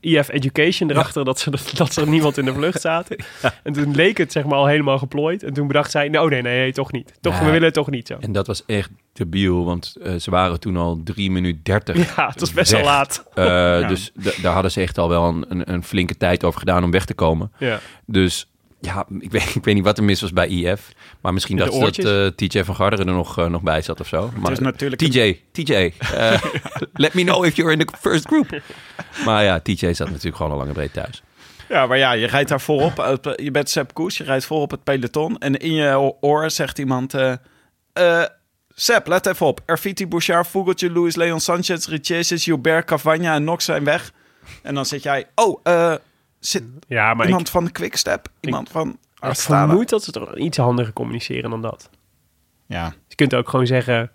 S2: EF Education erachter dat, ze, dat er niemand in de vlucht zaten. En toen leek het zeg maar al helemaal geplooid. En toen bedacht zij, nou nee, nee, nee, toch niet. Toch,
S5: Ja.
S2: we willen het toch niet zo.
S5: *laughs* en dat was echt debiel, want eh, ze waren toen al 3 minuten 30
S2: Ja, het was best wel
S5: Weg.
S2: laat. *laughs*
S5: Eh, Dus da- daar hadden ze echt al wel een, een, een flinke tijd over gedaan om weg te komen.
S2: Ja.
S5: Dus ja, ik weet, ik weet niet wat er mis was bij IF. Maar misschien
S2: De
S5: dat, dat
S2: oortjes.
S5: eh, TJ van Garderen er nog, eh, nog bij zat of zo. Maar,
S1: is natuurlijk
S5: TJ, TJ, eh,
S2: *laughs*
S5: let me know if you're in the first group. Maar ja, TJ zat natuurlijk gewoon al lang en breed thuis.
S1: Ja, maar ja, je rijdt daar voorop. eh, Je bent Sepp Koes, je rijdt voorop het peloton. En in je o- oor zegt iemand... eh eh, Sepp, let even op. Erviti, Bouchard, Vogeltje, Luis, Leon Sanchez, Richesis, Joubert, Cavagna en Nox zijn weg. En dan zit jij... Oh, eh, zit
S2: Ja, maar ik-
S1: iemand van de Quickstep? Iemand van
S2: ik
S1: Astana?
S2: vermoed dat ze toch iets handiger communiceren dan dat.
S1: Ja.
S2: Je kunt ook gewoon zeggen, er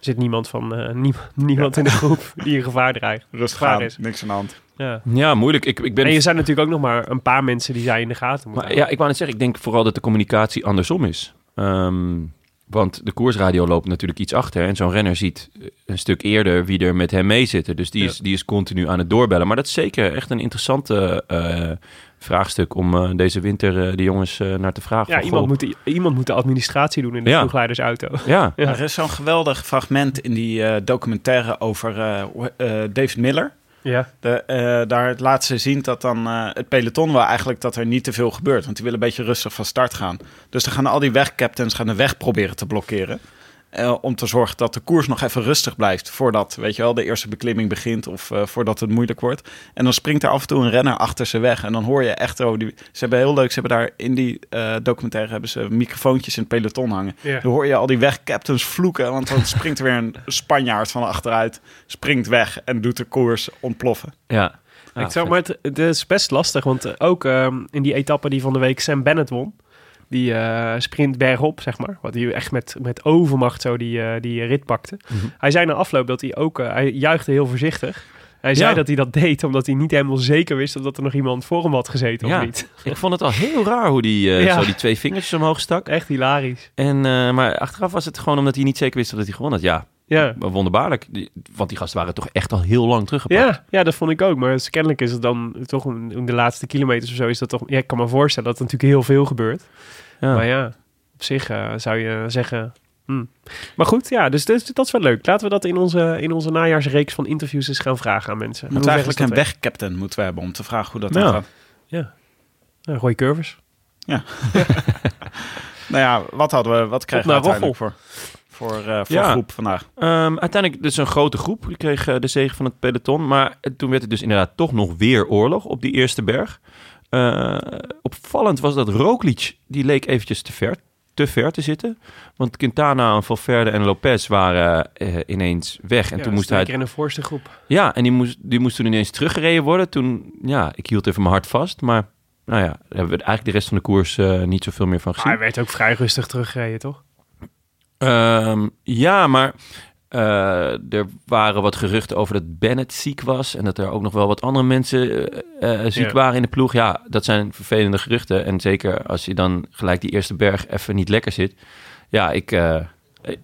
S2: zit niemand, van, eh, *laughs* nie- niemand in de groep die een gevaar dreigt.
S1: Rustig
S2: Waar
S1: gaan,
S2: is-
S1: niks aan de hand.
S2: Ja.
S5: Ja, moeilijk. Ik, ik ben...
S2: En je zijn natuurlijk ook nog maar een paar mensen die zij in de gaten moeten
S5: Maar ja, ik wou net zeggen, ik denk vooral dat de communicatie andersom is. Ehm, want de koersradio loopt natuurlijk iets achter. En zo'n renner ziet eh, een stuk eerder wie er met hem mee zitten. Dus die, is, die is continu aan het doorbellen. Maar dat is zeker echt een interessante eh, vraagstuk om eh, deze winter eh, de jongens eh, naar te vragen.
S2: houden. ja
S5: Van,
S2: iemand,
S5: goh,
S2: moet de, iemand moet de administratie doen in de
S5: Ja.
S2: ploegleidersauto.
S5: Ja,
S2: Ja.
S1: Er is zo'n geweldig fragment in die eh, documentaire over eh, hoe- eh, David Miller.
S2: Ja.
S1: De, eh, daar laat ze zien dat dan eh, het peloton wel eigenlijk dat er niet te veel gebeurt. Want die willen een beetje rustig van start gaan. Dus dan gaan al die wegcaptains gaan de weg proberen te blokkeren. eh, om te zorgen dat de koers nog even rustig blijft. Voordat weet je wel, de eerste beklimming begint of eh, voordat het moeilijk wordt. En dan springt er af en toe een renner achter ze weg. En dan hoor je echt, oh, die, ze hebben heel leuk, ze hebben daar in die eh, documentaire hebben ze microfoontjes in het peloton hangen.
S2: Ja.
S1: Dan hoor je al die wegcaptains vloeken, want dan springt er weer een Spanjaard van achteruit. Springt weg en doet de koers ontploffen.
S5: ja. Ah,
S2: ik zou, maar het, het is best lastig, want eh, ook ehm, in die etappe die van de week Sam Bennett won. Die eh, sprint bergop, zeg maar. Wat hij echt met, met overmacht zo die, eh, die rit pakte.
S5: Mhm.
S2: Hij zei na afloop dat hij ook... eh, hij juichte heel voorzichtig. Hij zei
S5: Ja.
S2: dat hij dat deed omdat hij niet helemaal zeker wist... of dat er nog iemand voor hem had gezeten
S5: Ja.
S2: of niet.
S5: Ik vond het al heel raar hoe die, eh,
S2: Ja.
S5: zo die twee vingertjes omhoog stak.
S2: Echt hilarisch.
S5: En, eh, maar achteraf was het gewoon omdat hij niet zeker wist dat hij gewonnen had. Ja,
S2: Ja.
S5: wonderbaarlijk. Die- Want die gasten waren toch echt al heel lang teruggepakt.
S2: Ja, ja, dat vond ik ook. Maar dus kennelijk is het dan toch... een- in de laatste kilometers of zo is dat toch... Ja, ik kan me voorstellen dat er natuurlijk heel veel gebeurt.
S5: Ja.
S2: Maar ja, op zich eh, zou je zeggen. hm. Maar goed, ja, dus dat, is- dat is wel leuk. Laten we dat in onze, in onze najaarsreeks van interviews eens gaan vragen aan mensen.
S1: Moeten
S2: Hoe
S1: we
S2: ver
S1: eigenlijk een
S2: is dat
S1: wegcaptain moeten we hebben om te vragen hoe dat
S5: Ja.
S1: dan gaat.
S2: weg? Ja, Roy Curvers.
S1: Nou ja, wat hadden we, wat kregen we
S2: Op naar
S1: uiteindelijk voor, voor, eh, voor
S5: Ja.
S1: groep vandaag?
S5: Ehm, uiteindelijk dus een grote groep. Die kreeg eh, de zege van het peloton. Maar eh, toen werd het dus inderdaad toch nog weer oorlog op die eerste berg. Eh, opvallend was dat Roglic, die leek eventjes te ver, te ver te zitten. Want Quintana, en Valverde en Lopez waren eh, ineens weg. En toen moest hij...
S2: in de voorste groep.
S5: Ja, en die moest, die moest toen ineens teruggereden worden. Toen, ja, ik hield even mijn hart vast. Maar nou ja, daar hebben we eigenlijk de rest van de koers eh, niet zoveel meer van gezien.
S2: hij werd ook vrij rustig teruggereden, toch?
S5: Ehm, ja, maar eh, er waren wat geruchten over dat Bennett ziek was. En dat er ook nog wel wat andere mensen eh, eh, ziek
S2: Ja.
S5: waren in de ploeg. Ja, dat zijn vervelende geruchten. En zeker als je dan gelijk die eerste berg even niet lekker zit. ja, ik, eh,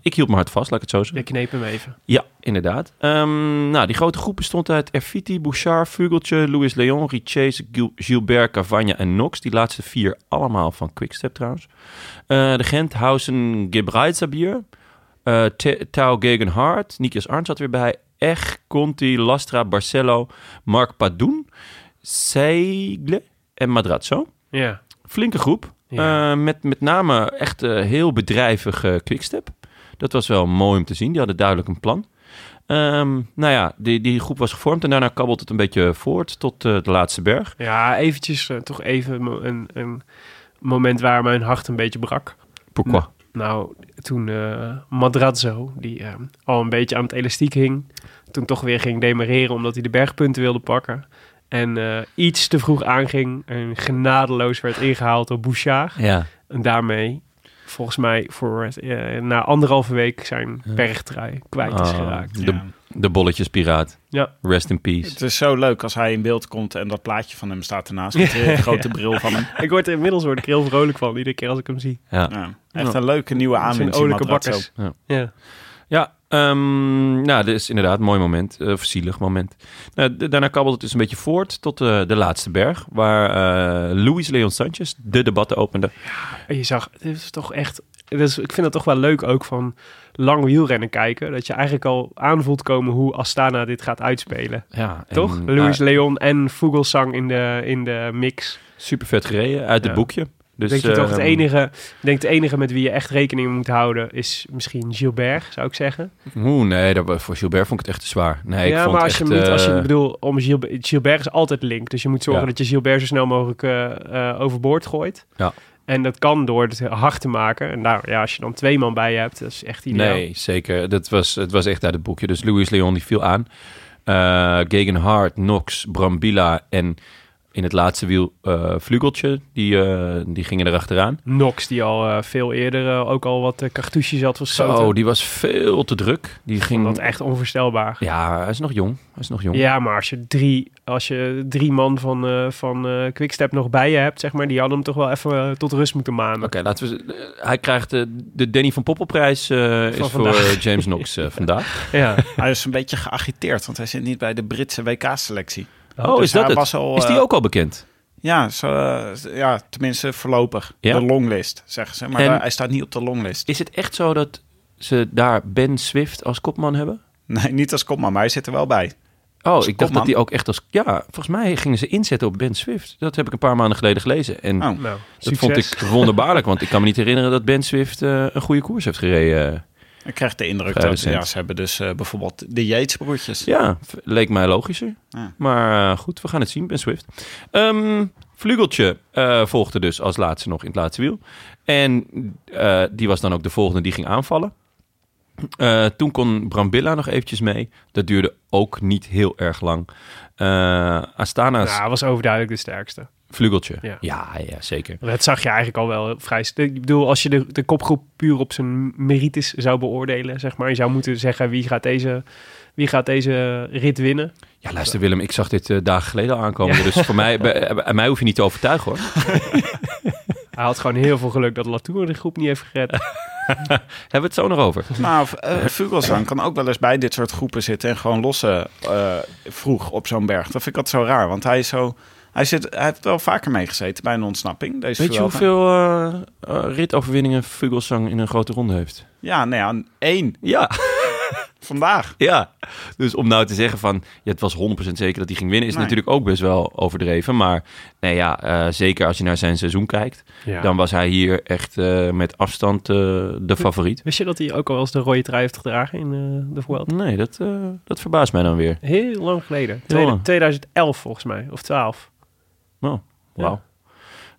S5: ik hield mijn hart vast, laat ik het zo zeggen.
S2: We knepen hem even.
S5: Ja, inderdaad. Ehm, nou, die grote groep bestond uit Erfiti, Bouchard, Vugeltje, Louis Leon, Riches, Gil- Gilbert, Cavagna en Nox. Die laatste vier allemaal van Quickstep trouwens. Eh, de Gent, Hausen, Gebreizabier, eh Te- Tau Gegenhardt, Nikias Arndt zat weer bij. Ech, Conti, Lastra, Barcelo, Marc Padoen, Seigle en Madrazo.
S2: Ja.
S5: Flinke groep.
S2: Ja.
S5: Eh, met, met name echt eh, heel bedrijvige Quickstep. Dat was wel mooi om te zien. Die hadden duidelijk een plan. Ehm, nou ja, die, die groep was gevormd en daarna kabbelt het een beetje voort tot eh, de laatste berg.
S2: Ja, eventjes eh, toch even mo- een, een moment waar mijn hart een beetje brak.
S5: Pourquoi?
S2: Nou, toen eh, Madrazo, die eh, al een beetje aan het elastiek hing, toen toch weer ging demareren omdat hij de bergpunten wilde pakken. En eh, iets te vroeg aanging en genadeloos werd ingehaald door Bouchard.
S5: Ja.
S2: En daarmee, volgens mij, voor het, eh, na anderhalve week zijn bergtrui kwijt is
S5: Ah,
S2: geraakt.
S5: de, de bolletjespiraat.
S2: Ja.
S5: Rest in peace.
S1: Het is zo leuk als hij in beeld komt en dat plaatje van hem staat
S5: *laughs*
S1: ernaast. Met de grote bril van hem.
S2: Ik word er inmiddels word ik er heel vrolijk van, iedere keer als ik hem zie.
S5: Ja.
S1: Ja, echt een leuke nieuwe
S2: Het zijn
S1: aanwinst.
S2: olijke
S1: die Madrazo.
S2: bakkers.
S5: Ja.
S2: Ja.
S5: Ja, ehm, nou, dat is inderdaad een mooi moment. eh, Of zielig moment. Nou, d- daarna kabbelt het dus een beetje voort tot eh, de laatste berg. Waar eh Luis Leon Sanchez de debatten opende.
S2: En Je zag, dit is toch echt... dit is- ik vind het toch wel leuk ook van lang wielrennen kijken. Dat je eigenlijk al aanvoelt komen hoe Astana dit gaat uitspelen.
S5: Ja, en,
S2: toch?
S5: nou,
S2: Louis Leon en Vogelsang in de, in de mix.
S5: Super vet gereden uit het
S2: Ja.
S5: boekje. Dus,
S2: denk je toch het
S5: ehm,
S2: enige, ik denk het enige met wie je echt rekening moet houden is misschien Gilbert, zou ik zeggen.
S5: Oeh, nee, dat, was- voor Gilbert vond ik het echt te zwaar. Nee, ik
S2: ja,
S5: vond
S2: maar als
S5: echt,
S2: je hem niet, als je
S5: eh,
S2: bedoel, om Gilbert, Gilbert is altijd link. Dus je moet zorgen
S5: Ja.
S2: dat je Gilbert zo snel mogelijk eh, eh, overboord gooit.
S5: Ja.
S2: En dat kan door het hard te maken. En nou ja, als je dan twee man bij je hebt, dat is echt ideaal.
S5: Nee, zeker. Dat was, het was echt uit het boekje. Dus Louis Leon die viel aan. Eh Gegenhard, Knox, Brambilla en in het laatste wiel eh Vlugeltje. Die, eh, die gingen erachteraan.
S2: Nox, die al eh, veel eerder eh, ook al wat eh, cartouches had
S5: Zo,
S2: verschoten.
S5: Oh, die was veel te druk. Die ging...
S2: Dat echt onvoorstelbaar.
S5: Ja, hij is nog jong. Hij is nog jong.
S2: Ja, maar als je drie, als je drie man van, eh van eh, Quickstep nog bij je hebt, zeg maar, die hadden hem toch wel even eh, tot rust moeten manen.
S5: Oké, laten we. eh, hij krijgt eh, de Danny van Poppelprijs eh is
S2: Van
S5: voor
S2: vandaag.
S5: eh, James
S2: *laughs*
S5: Knox eh, vandaag.
S2: Ja.
S1: Hij is een beetje geagiteerd, want hij zit niet bij de Britse WK-selectie.
S5: Oh,
S1: Dus
S5: is dat
S1: hij
S5: het?
S1: was al,
S5: is die
S1: eh,
S5: ook al bekend?
S1: Ja, zo, eh, ja tenminste voorlopig.
S5: Ja?
S1: De longlist, zeggen ze. Maar
S5: En-
S1: eh, hij staat niet op de longlist.
S5: Is het echt zo dat ze daar Ben Swift als kopman hebben?
S1: Nee, niet als kopman, maar hij zit er wel bij.
S5: Oh, ik dacht
S1: kopman?
S5: dat die ook echt als... Ja, volgens mij gingen ze inzetten op Ben Swift. Dat heb ik een paar maanden geleden gelezen. En
S1: Oh.
S5: dat
S2: Nou,
S5: vond ik wonderbaarlijk, want ik kan me niet herinneren dat Ben Swift eh, een goede koers heeft gereden.
S1: Ik krijg de indruk
S5: Vrij
S1: dat
S5: recent.
S1: ja, ze hebben dus eh, bijvoorbeeld de Yates-broertjes.
S5: Ja, v- leek mij logischer.
S1: Ja.
S5: Maar eh, goed, we gaan het zien, Ben Swift. Ehm, Vlugeltje eh, volgde dus als laatste nog in het laatste wiel. En eh, die was dan ook de volgende die ging aanvallen. Eh, toen kon Brambilla nog eventjes mee. Dat duurde ook niet heel erg lang. Eh, Astana's
S2: Nou, hij was overduidelijk de sterkste.
S5: Vlugeltje. Ja.
S2: Ja.
S5: Ja, zeker.
S2: Dat zag je eigenlijk al wel eh, vrij... st- Ik bedoel, als je de, de kopgroep puur op zijn merites zou beoordelen, zeg maar. Je zou moeten zeggen, wie gaat deze, wie gaat deze rit winnen?
S5: Ja, luister Willem, ik zag dit eh, dagen geleden al aankomen. Dus voor mij, bij, bij mij hoef je niet te overtuigen hoor.
S2: Hij had gewoon heel veel geluk dat Latour de groep niet heeft gered.
S5: Hebben we het zo nog over.
S1: Maar eh, Vugelsang kan ook wel eens bij dit soort groepen zitten en gewoon lossen eh, vroeg op zo'n berg. Dat vind ik altijd zo raar, want hij is zo... Hij, zit, hij heeft wel vaker meegezeten bij een ontsnapping. Deze
S5: Weet je
S1: Vuelta.
S5: hoeveel eh, eh, ritoverwinningen Vugelsang in een grote ronde heeft?
S1: Ja, nee, aan één.
S5: Ja, *laughs*
S1: Vandaag.
S5: Ja, dus om nou te zeggen van ja, het was 100% zeker dat hij ging winnen, is
S1: Nee.
S5: natuurlijk ook best wel overdreven. Maar nee, ja, eh, zeker als je naar zijn seizoen kijkt,
S2: Ja.
S5: dan was hij hier echt eh, met afstand eh, de favoriet.
S2: Wist je dat hij ook al eens de rode trui heeft gedragen in eh, de Vuelta?
S5: Nee, dat, eh, dat verbaast mij dan weer.
S2: Heel lang geleden.
S5: Heel
S2: Tweede-
S5: lang.
S2: 2011 volgens mij, of 12.
S5: Oh, wauw.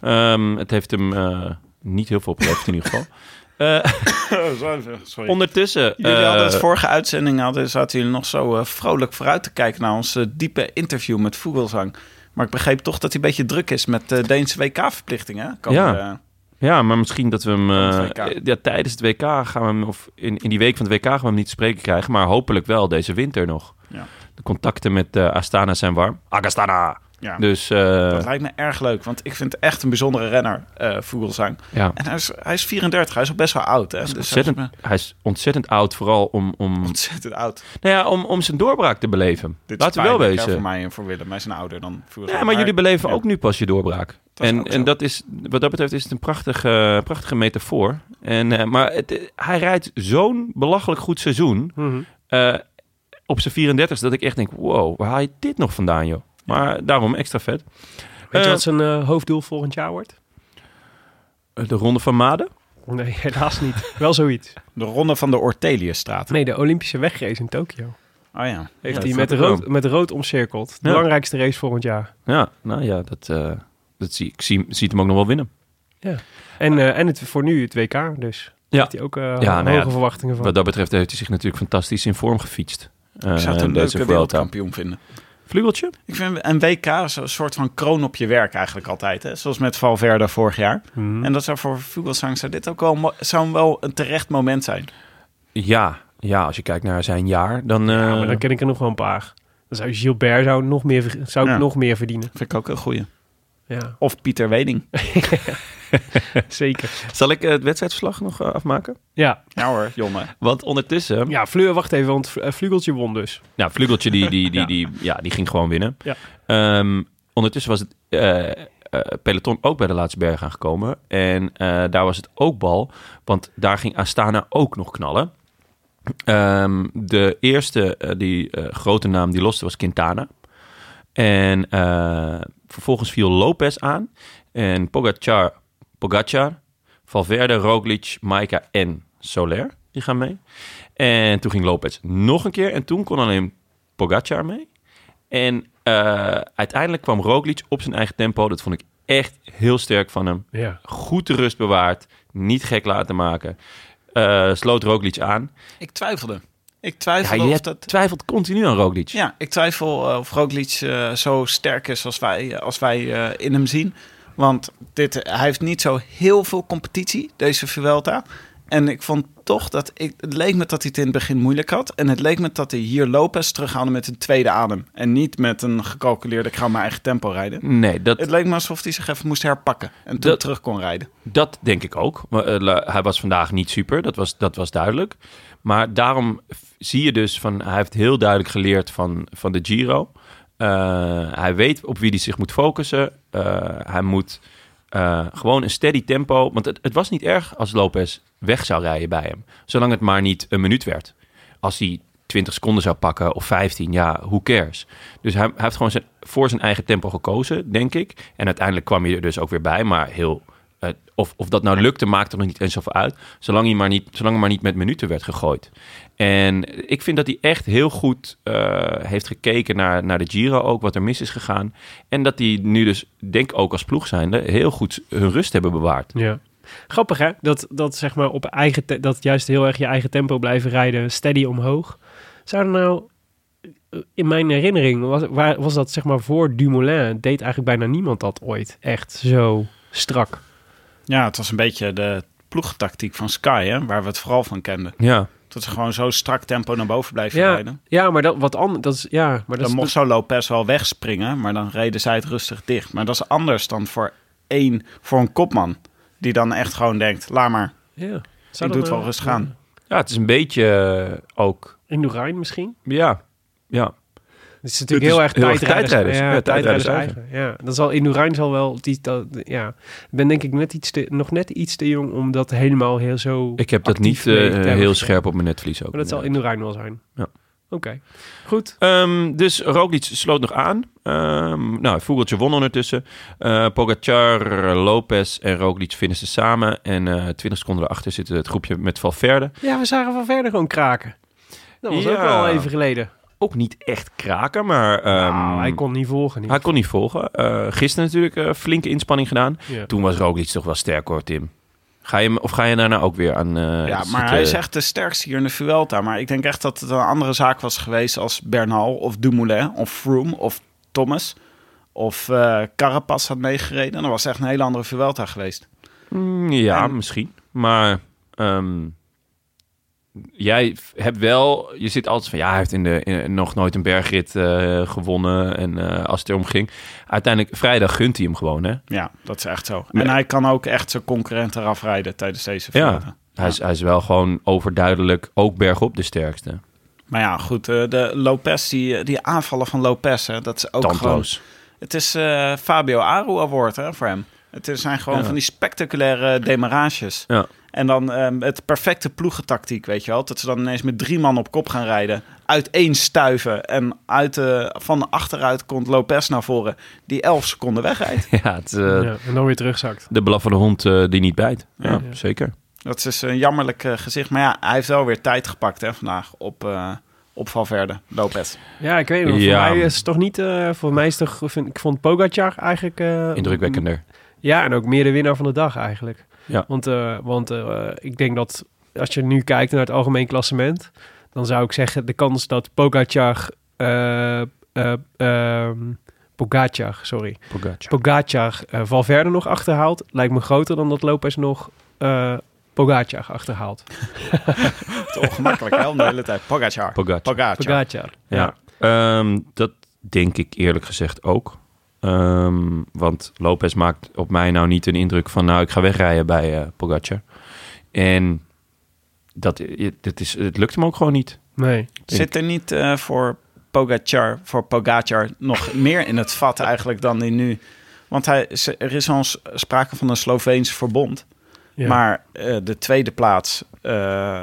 S5: Ehm, het heeft hem eh, niet heel veel opgeleverd in ieder *laughs* geval. Eh,
S1: Sorry.
S5: ondertussen...
S1: Jullie hadden het
S5: eh,
S1: vorige uitzending hadden, zaten jullie nog zo eh, vrolijk vooruit te kijken naar ons eh, diepe interview met Vogelsang. Maar ik begreep toch dat hij een beetje druk is met de Deense WK-verplichtingen.
S5: Ja. Ja, maar misschien dat we hem eh,
S1: Tijdens het WK.
S5: ja, tijdens het WK gaan we hem, of in, in die week van het WK gaan we hem niet te spreken krijgen, maar hopelijk wel deze winter nog.
S1: Ja.
S5: De contacten met eh, Astana zijn warm. Agastana!
S1: Ja.
S5: Dus eh,
S1: Dat lijkt me erg leuk, want ik vind het echt een bijzondere renner, eh Vogelsang.
S5: ja,
S1: En hij is, hij is 34, hij is al best wel oud. Hè? Dus hij is
S5: ontzettend, hij is ontzettend oud, vooral om, om,
S1: ontzettend oud.
S5: nou ja, om, om zijn doorbraak te beleven.
S1: Dit
S5: Laten we
S1: is
S5: wel
S1: pijnlijk, hè,
S5: wezen.
S1: voor mij en voor Willem. Hij is een ouder dan Vogelsang.
S5: Ja, maar jullie beleven
S1: ja.
S5: ook nu pas je doorbraak.
S1: Dat is
S5: en
S1: ook zo.
S5: en dat is, wat dat betreft is het een prachtige, prachtige metafoor. En, eh, maar het, eh, hij rijdt zo'n belachelijk goed seizoen
S2: Mhm.
S5: eh, op zijn 34ste... dat ik echt denk, wow, waar haal je dit nog vandaan, joh? Maar daarom extra vet.
S2: Weet je
S5: Eh,
S2: wat zijn eh, hoofddoel volgend jaar wordt?
S5: Eh, De Ronde van Maden.
S2: Nee, helaas niet. *laughs* Wel zoiets.
S1: De ronde van de Orteliusstraat.
S2: Nee, de Olympische wegrace in Tokio.
S1: Oh ja.
S2: Heeft
S5: Ja,
S2: hij
S5: dat
S2: met
S5: snap ik
S2: rood, met rood omcirkeld. De
S5: Ja.
S2: belangrijkste race volgend jaar.
S5: Ja, nou ja, dat, eh, dat zie ik. Zie, ziet hem ook nog wel winnen.
S2: En, eh, en het, voor nu het WK dus.
S5: Ja.
S2: Heeft hij ook eh,
S5: nou
S2: hoge
S5: ja,
S2: verwachtingen van.
S5: Wat dat betreft heeft hij zich natuurlijk fantastisch in vorm gefietst. Eh,
S1: Ik zou het een
S5: deze
S1: leuke
S5: Vuelta.
S1: wereldkampioen vinden.
S5: Vlugeltje?
S1: Ik vind een WK is een soort van kroon op je werk eigenlijk altijd. Hè? Zoals met Valverde vorig jaar.
S2: Mhm.
S1: En dat zou voor Vogelsang zou dit ook wel, mo- zou wel een terecht moment zijn.
S5: Ja, ja, als je kijkt naar zijn jaar, dan... eh,
S2: Ja, maar dan ken ik er nog wel een paar. Dan zou Gilbert zou nog meer, ver- zou ik
S1: Ja.
S2: nog meer verdienen.
S1: Vind ik ook een goeie.
S2: *laughs* Ja,
S1: Of Pieter Weding.
S2: zeker.
S5: Zal ik eh, het wedstrijdverslag nog eh, afmaken?
S2: Ja.
S1: Ja hoor, *laughs* jongen.
S5: Want ondertussen...
S2: ja, Fleur, wacht even, want eh, Vlugeltje won dus.
S5: Nou, Vlugeltje die, die, die,
S2: Ja.
S5: die, ja, die ging gewoon winnen.
S2: Ja.
S5: Ehm, ondertussen was het eh, eh, peloton ook bij de laatste berg aangekomen. En eh, daar was het ook bal, want daar ging Astana ook nog knallen. Ehm, de eerste, eh, die eh, grote naam die loste, was Quintana. En eh, vervolgens viel Lopez aan. En Pogacar, Pogacar, Valverde, Roglic, Maika en Soler, die gaan mee. En toen ging Lopez nog een keer. En toen kon alleen Pogacar mee. En eh, uiteindelijk kwam Roglic op zijn eigen tempo. Dat vond ik echt heel sterk van hem.
S2: Ja.
S5: Goed de rust bewaard. Niet gek laten maken. Eh, sloot Roglic aan.
S1: Ik twijfelde. Ik
S5: Ja,
S1: twijfelde
S5: je
S1: of
S5: hebt-
S1: dat...
S5: twijfelt continu aan Roglic.
S1: Ja, ik twijfel eh, of Roglic eh, zo sterk is als wij, eh, als wij eh, in hem zien. Want dit, hij heeft niet zo heel veel competitie, deze Vuelta. En ik vond toch dat... Ik, het leek me dat hij het in het begin moeilijk had. En het leek me dat hij hier Lopez terughaalde met een tweede adem. En niet met een gecalculeerde, ik ga mijn eigen tempo rijden.
S5: Nee, dat,
S1: Het leek me alsof hij zich even moest herpakken. En toen
S5: Dat-
S1: terug kon rijden.
S5: Dat denk ik ook. Maar, eh, la- hij was vandaag niet super, dat was, dat was duidelijk. Maar daarom f- zie je dus van, hij heeft heel duidelijk geleerd van, van de Giro. Eh, hij weet op wie hij zich moet focussen. Eh, hij moet eh, gewoon een steady tempo. Want het, het was niet erg als Lopez weg zou rijden bij hem. Zolang het maar niet een minuut werd. Als hij 20 seconden zou pakken of 15, ja, who cares. Dus hij, hij heeft gewoon zijn, voor zijn eigen tempo gekozen, denk ik. En uiteindelijk kwam hij er dus ook weer bij, maar heel... eh, of, of dat nou lukte, maakt er nog niet eens zoveel uit. Zolang, hij maar niet, zolang er maar niet met minuten werd gegooid. En ik vind dat hij echt heel goed eh, heeft gekeken naar, naar de Giro ook, wat er mis is gegaan. En dat die nu dus, denk ook als ploeg zijnde, heel goed hun rust hebben bewaard.
S2: ja. Grappig hè, dat, dat zeg maar op eigen, te- dat juist heel erg je eigen tempo blijven rijden, steady omhoog. Zou er nou, eh, in mijn herinnering, was, waar, was dat zeg maar voor Dumoulin, deed eigenlijk bijna niemand dat ooit echt zo strak.
S1: Ja, het was een beetje de ploegtactiek van Sky, hè, waar we het vooral van kenden.
S5: Ja,
S1: Dat ze gewoon zo strak tempo naar boven blijven
S2: Ja,
S1: rijden.
S2: ja, maar dat wat anders. Dat is, ja, maar dat
S1: Dan
S2: is,
S1: mocht zo Lopez wel wegspringen, maar dan reden zij het rustig dicht. Maar dat is anders dan voor één, voor een kopman. Die dan echt gewoon denkt, laat maar,
S2: dus- ja. nou
S1: ik doe het wel rustig aan.
S5: ja het is een beetje eh, ook,
S2: Indurain misschien?
S5: ja, ja.
S2: Het is
S5: Het
S2: natuurlijk
S5: is
S2: heel erg
S5: heel erg
S2: tijdrijders.
S5: tijdrijders.
S2: Ja,
S5: Ja, tijdrijders
S2: tijdrijders eigen. Ja, dat zal Indurain zal wel die dat, ja. Ik ben denk ik net iets te, nog net iets te jong om dat helemaal heel zo
S5: Ik heb dat
S2: actief
S5: niet
S2: mee
S5: eh,
S2: te hebben
S5: heel
S2: gedaan.
S5: scherp op mijn netvlies ook.
S2: Maar dat zal
S5: inderdaad.
S2: Indurain wel zijn.
S5: Ja.
S2: Oké. Goed.
S5: Ehm, dus Roglic sloot nog aan. Ehm, nou, Vogeltje won ondertussen. Eh Pogacar, Lopez en Roglic finishten samen. En eh 20 seconden erachter zit het groepje met Valverde.
S2: Ja, we zagen van verder gewoon kraken. Dat was ook
S5: Ja.
S2: al even geleden.
S5: Ook niet echt kraken, maar... ehm,
S2: Nou, hij kon niet volgen. Niet.
S5: hij kon niet volgen. Eh, gisteren natuurlijk eh, flinke inspanning gedaan.
S2: Ja.
S5: Toen was Roglic toch wel sterk hoor, Tim. Ga je hem, of ga je daarna ook weer aan... eh,
S1: Ja, dus
S5: zitten-
S1: maar hij is echt de sterkste hier in de Vuelta. Maar ik denk echt dat het een andere zaak was geweest als Bernal of Dumoulin of Froome of Thomas. Of eh Carapaz had meegereden. Dan was het echt een hele andere Vuelta geweest.
S5: Mm, ja,
S1: En-
S5: misschien. Maar ehm, jij f- hebt wel, je zit altijd van ja, hij heeft in de, in- nog nooit een bergrit eh, gewonnen. En eh, als het erom ging, uiteindelijk vrijdag gunt hij hem gewoon. Hè?
S1: Ja, dat is echt zo.
S5: Nee.
S1: En hij kan ook echt zijn concurrent eraf rijden tijdens deze
S5: Ja.
S1: finale.
S5: Hij, is, hij is wel gewoon overduidelijk ook bergop de sterkste.
S1: Maar ja, goed, eh, de Lopez, die, die aanvallen van Lopez, hè, dat is ook gewoon...
S5: Tandloos. *laughs*
S1: Het is eh, Fabio Aru Award hè, voor hem. Het is- zijn gewoon
S5: Ja.
S1: van die spectaculaire demarages.
S5: Ja.
S1: En dan ehm, het perfecte ploegentactiek, weet je wel. Dat ze dan ineens met drie man op kop gaan rijden. Uiteen stuiven. En uit, de- van achteruit komt Lopez naar voren. Die elf seconden
S5: *laughs*
S1: wegrijdt.
S5: Ja, het, is, eh,
S2: Ja, en dan weer terugzakt.
S5: De blaffende hond eh, die niet bijt. Ja,
S2: Ja.
S5: zeker.
S1: Dat is een jammerlijk eh, gezicht. Maar ja, hij heeft wel weer tijd gepakt hè, vandaag op, eh op Valverde. Lopez.
S2: Ja, ik weet het.
S5: Ja.
S2: Voor mij is het toch niet... eh, voor mij is het toch... Vind, ik vond Pogacar eigenlijk... eh,
S5: Indrukwekkender.
S2: Ja, en ook meer de winnaar van de dag eigenlijk.
S5: Ja.
S2: Want, eh, want eh, ik denk dat als je nu kijkt naar het algemeen klassement, dan zou ik zeggen de kans dat Pogacar, eh, eh, ehm, Pogacar, sorry,
S5: Pogacar.
S2: Pogacar eh, Valverde nog achterhaalt, lijkt me groter dan dat Lopez nog eh Pogacar achterhaalt.
S1: Het is ongemakkelijk hè, om de hele tijd. Pogacar.
S5: Pogacar.
S1: Pogacar.
S2: Pogacar.
S5: Ja. Ehm, dat denk ik eerlijk gezegd ook. Ehm, want Lopez maakt op mij nou niet een indruk van... nou, ik ga wegrijden bij eh, Pogacar. En dat, dat is, het lukt hem ook gewoon niet.
S2: Nee.
S1: Zit er niet eh, voor, Pogacar, voor Pogacar nog meer in het
S2: *laughs*
S1: vat eigenlijk dan die nu? Want hij, ze- er is al s- sprake van een Sloveens verbond.
S2: Ja.
S1: Maar eh, de tweede plaats, eh,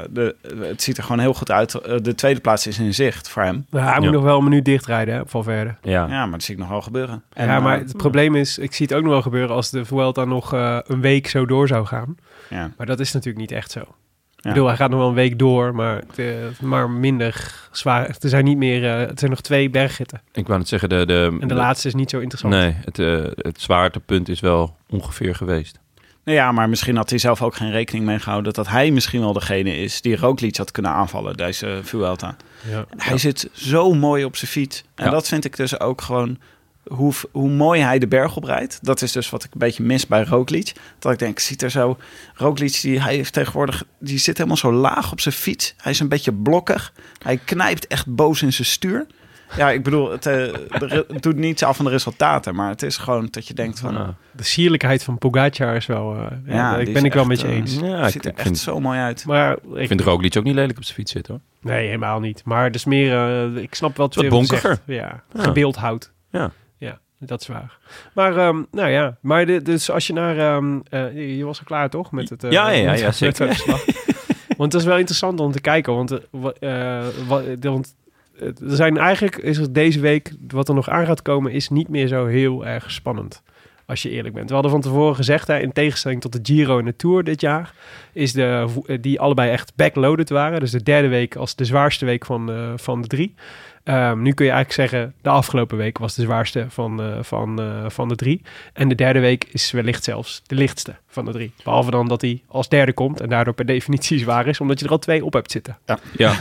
S1: de, het ziet er gewoon heel goed uit. Eh, de tweede plaats is in zicht voor hem.
S2: Nou, hij moet
S5: Ja.
S2: nog wel een minuut dichtrijden, hè, Valverde.
S5: Ja,
S1: Ja, maar dat zie ik nog wel gebeuren. En,
S2: ja, maar
S1: eh,
S2: het probleem is, ik zie het ook nog wel gebeuren als de Vuelta nog eh, een week zo door zou gaan.
S1: Ja.
S2: Maar dat is natuurlijk niet echt zo. Ik bedoel, hij gaat nog wel een week door, maar, het, eh, maar minder zwaar. Er zijn niet meer, eh, het zijn nog twee bergritten.
S5: ik wou net zeggen... De, de,
S2: En de laatste is niet zo interessant.
S5: Nee, het, eh, het zwaartepunt is wel ongeveer geweest.
S1: Nou ja, maar misschien had hij zelf ook geen rekening mee gehouden... dat hij misschien wel degene is die Roglic had kunnen aanvallen, deze Vuelta.
S2: Ja.
S1: Hij zit zo mooi op zijn fiets. En
S5: Ja.
S1: dat vind ik dus ook gewoon... Hoe, hoe mooi hij de berg oprijdt. Dat is dus wat ik een beetje mis bij Roglic. Dat ik denk, ziet er zo... Roglic, die, hij heeft tegenwoordig... Die zit helemaal zo laag op zijn fiets. Hij is een beetje blokkig. Hij knijpt echt boos in zijn stuur. Ja, ik bedoel, het, eh, de re- het doet niets af van de resultaten. Maar het is gewoon dat je denkt van...
S5: Ja.
S2: De sierlijkheid van Pogacar is wel, eh, ja,
S1: Ja,
S2: daar
S1: die
S2: ben
S1: is
S2: ik
S1: echt,
S2: wel met je
S1: eh,
S2: eens.
S5: Ja, ik,
S1: ziet er
S5: ik
S1: echt
S5: vind,
S1: zo mooi
S5: *laughs*
S1: uit.
S2: Maar
S5: ik
S2: ik,
S5: vind Roglic ook niet lelijk op zijn fiets zitten, hoor.
S2: nee, helemaal niet. Maar dus meer, eh, ik snap wel
S5: Wat
S2: je zegt.
S5: bonkiger.
S2: Ja,
S5: Ja.
S2: gebeeld hout.
S5: Ja.
S2: Ja, dat is waar. Maar, ehm, nou ja, maar de- dus als je naar, ehm, eh, je- je was al klaar toch met het... eh,
S5: Ja, ja, ja, ja,
S2: met
S5: zeker.
S2: het
S5: *laughs*
S2: verslag? want dat is wel interessant om te kijken, want, eh, wa- eh, wa- eh, want eh, er zijn eigenlijk, is er deze week, wat er nog aan gaat komen, is niet meer zo heel erg spannend. Als je eerlijk bent. We hadden van tevoren gezegd, hè, in tegenstelling tot de Giro en de Tour dit jaar, is de, vo- eh, die allebei echt backloaded waren. Dus de derde week als de zwaarste week van, eh, van de drie. Ehm, nu kun je eigenlijk zeggen, de afgelopen week was de zwaarste van, eh, van, eh, van de drie. En de derde week is wellicht zelfs de lichtste van de drie. Behalve dan dat hij als derde komt en daardoor per definitie *laughs* zwaar is, omdat je er al twee op hebt zitten.
S5: Ja,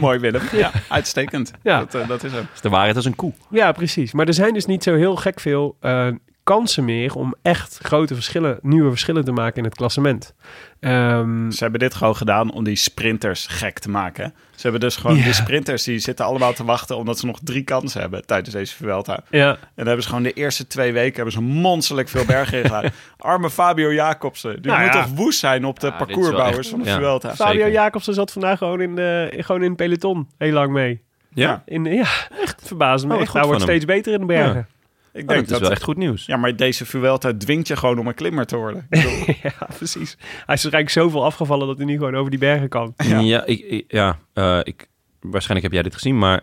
S1: mooi, Willem. Ja, *laughs* uitstekend.
S2: Ja.
S1: Dat, eh, dat is hem.
S5: is de waarheid als een koe.
S2: Ja, precies. Maar er zijn dus niet zo heel gek veel eh, kansen meer om echt grote verschillen, nieuwe verschillen te maken in het klassement. Ehm,
S1: Ze hebben dit gewoon gedaan om die sprinters gek te maken. Ze hebben dus gewoon
S2: Ja.
S1: die sprinters die zitten allemaal te wachten omdat ze nog drie kansen hebben tijdens deze Vuelta. En
S2: ja,
S1: dan hebben ze gewoon de eerste twee weken hebben ze monsterlijk veel bergen
S5: *laughs*
S1: ingeladen. Arme Fabio Jacobsen, die
S2: Nou
S1: moet
S2: ja.
S1: toch woest zijn op de
S5: Ja, dit is wel
S1: parcoursbouwers
S5: echt-
S1: van de
S5: ja.
S1: Vuelta.
S5: Zeker.
S2: Fabio Jacobsen zat vandaag gewoon in, de, gewoon in het peloton heel lang mee.
S5: Ja,
S2: In, ja, echt verbaasd me.
S5: Oh, wat
S2: echt,
S5: goed
S2: hij wordt
S5: van hem.
S2: steeds beter in de bergen.
S1: Ik
S5: Oh, dat
S1: denk
S5: is
S1: dat,
S5: wel echt goed nieuws.
S1: Ja, maar deze Vuelta dwingt je gewoon om een klimmer te worden. Ik bedoel,
S2: *laughs* Ja. precies. Hij is waarschijnlijk zoveel afgevallen dat hij nu gewoon over die bergen kan.
S5: Ja, ik, ik- ja eh, ik, waarschijnlijk heb jij dit gezien, maar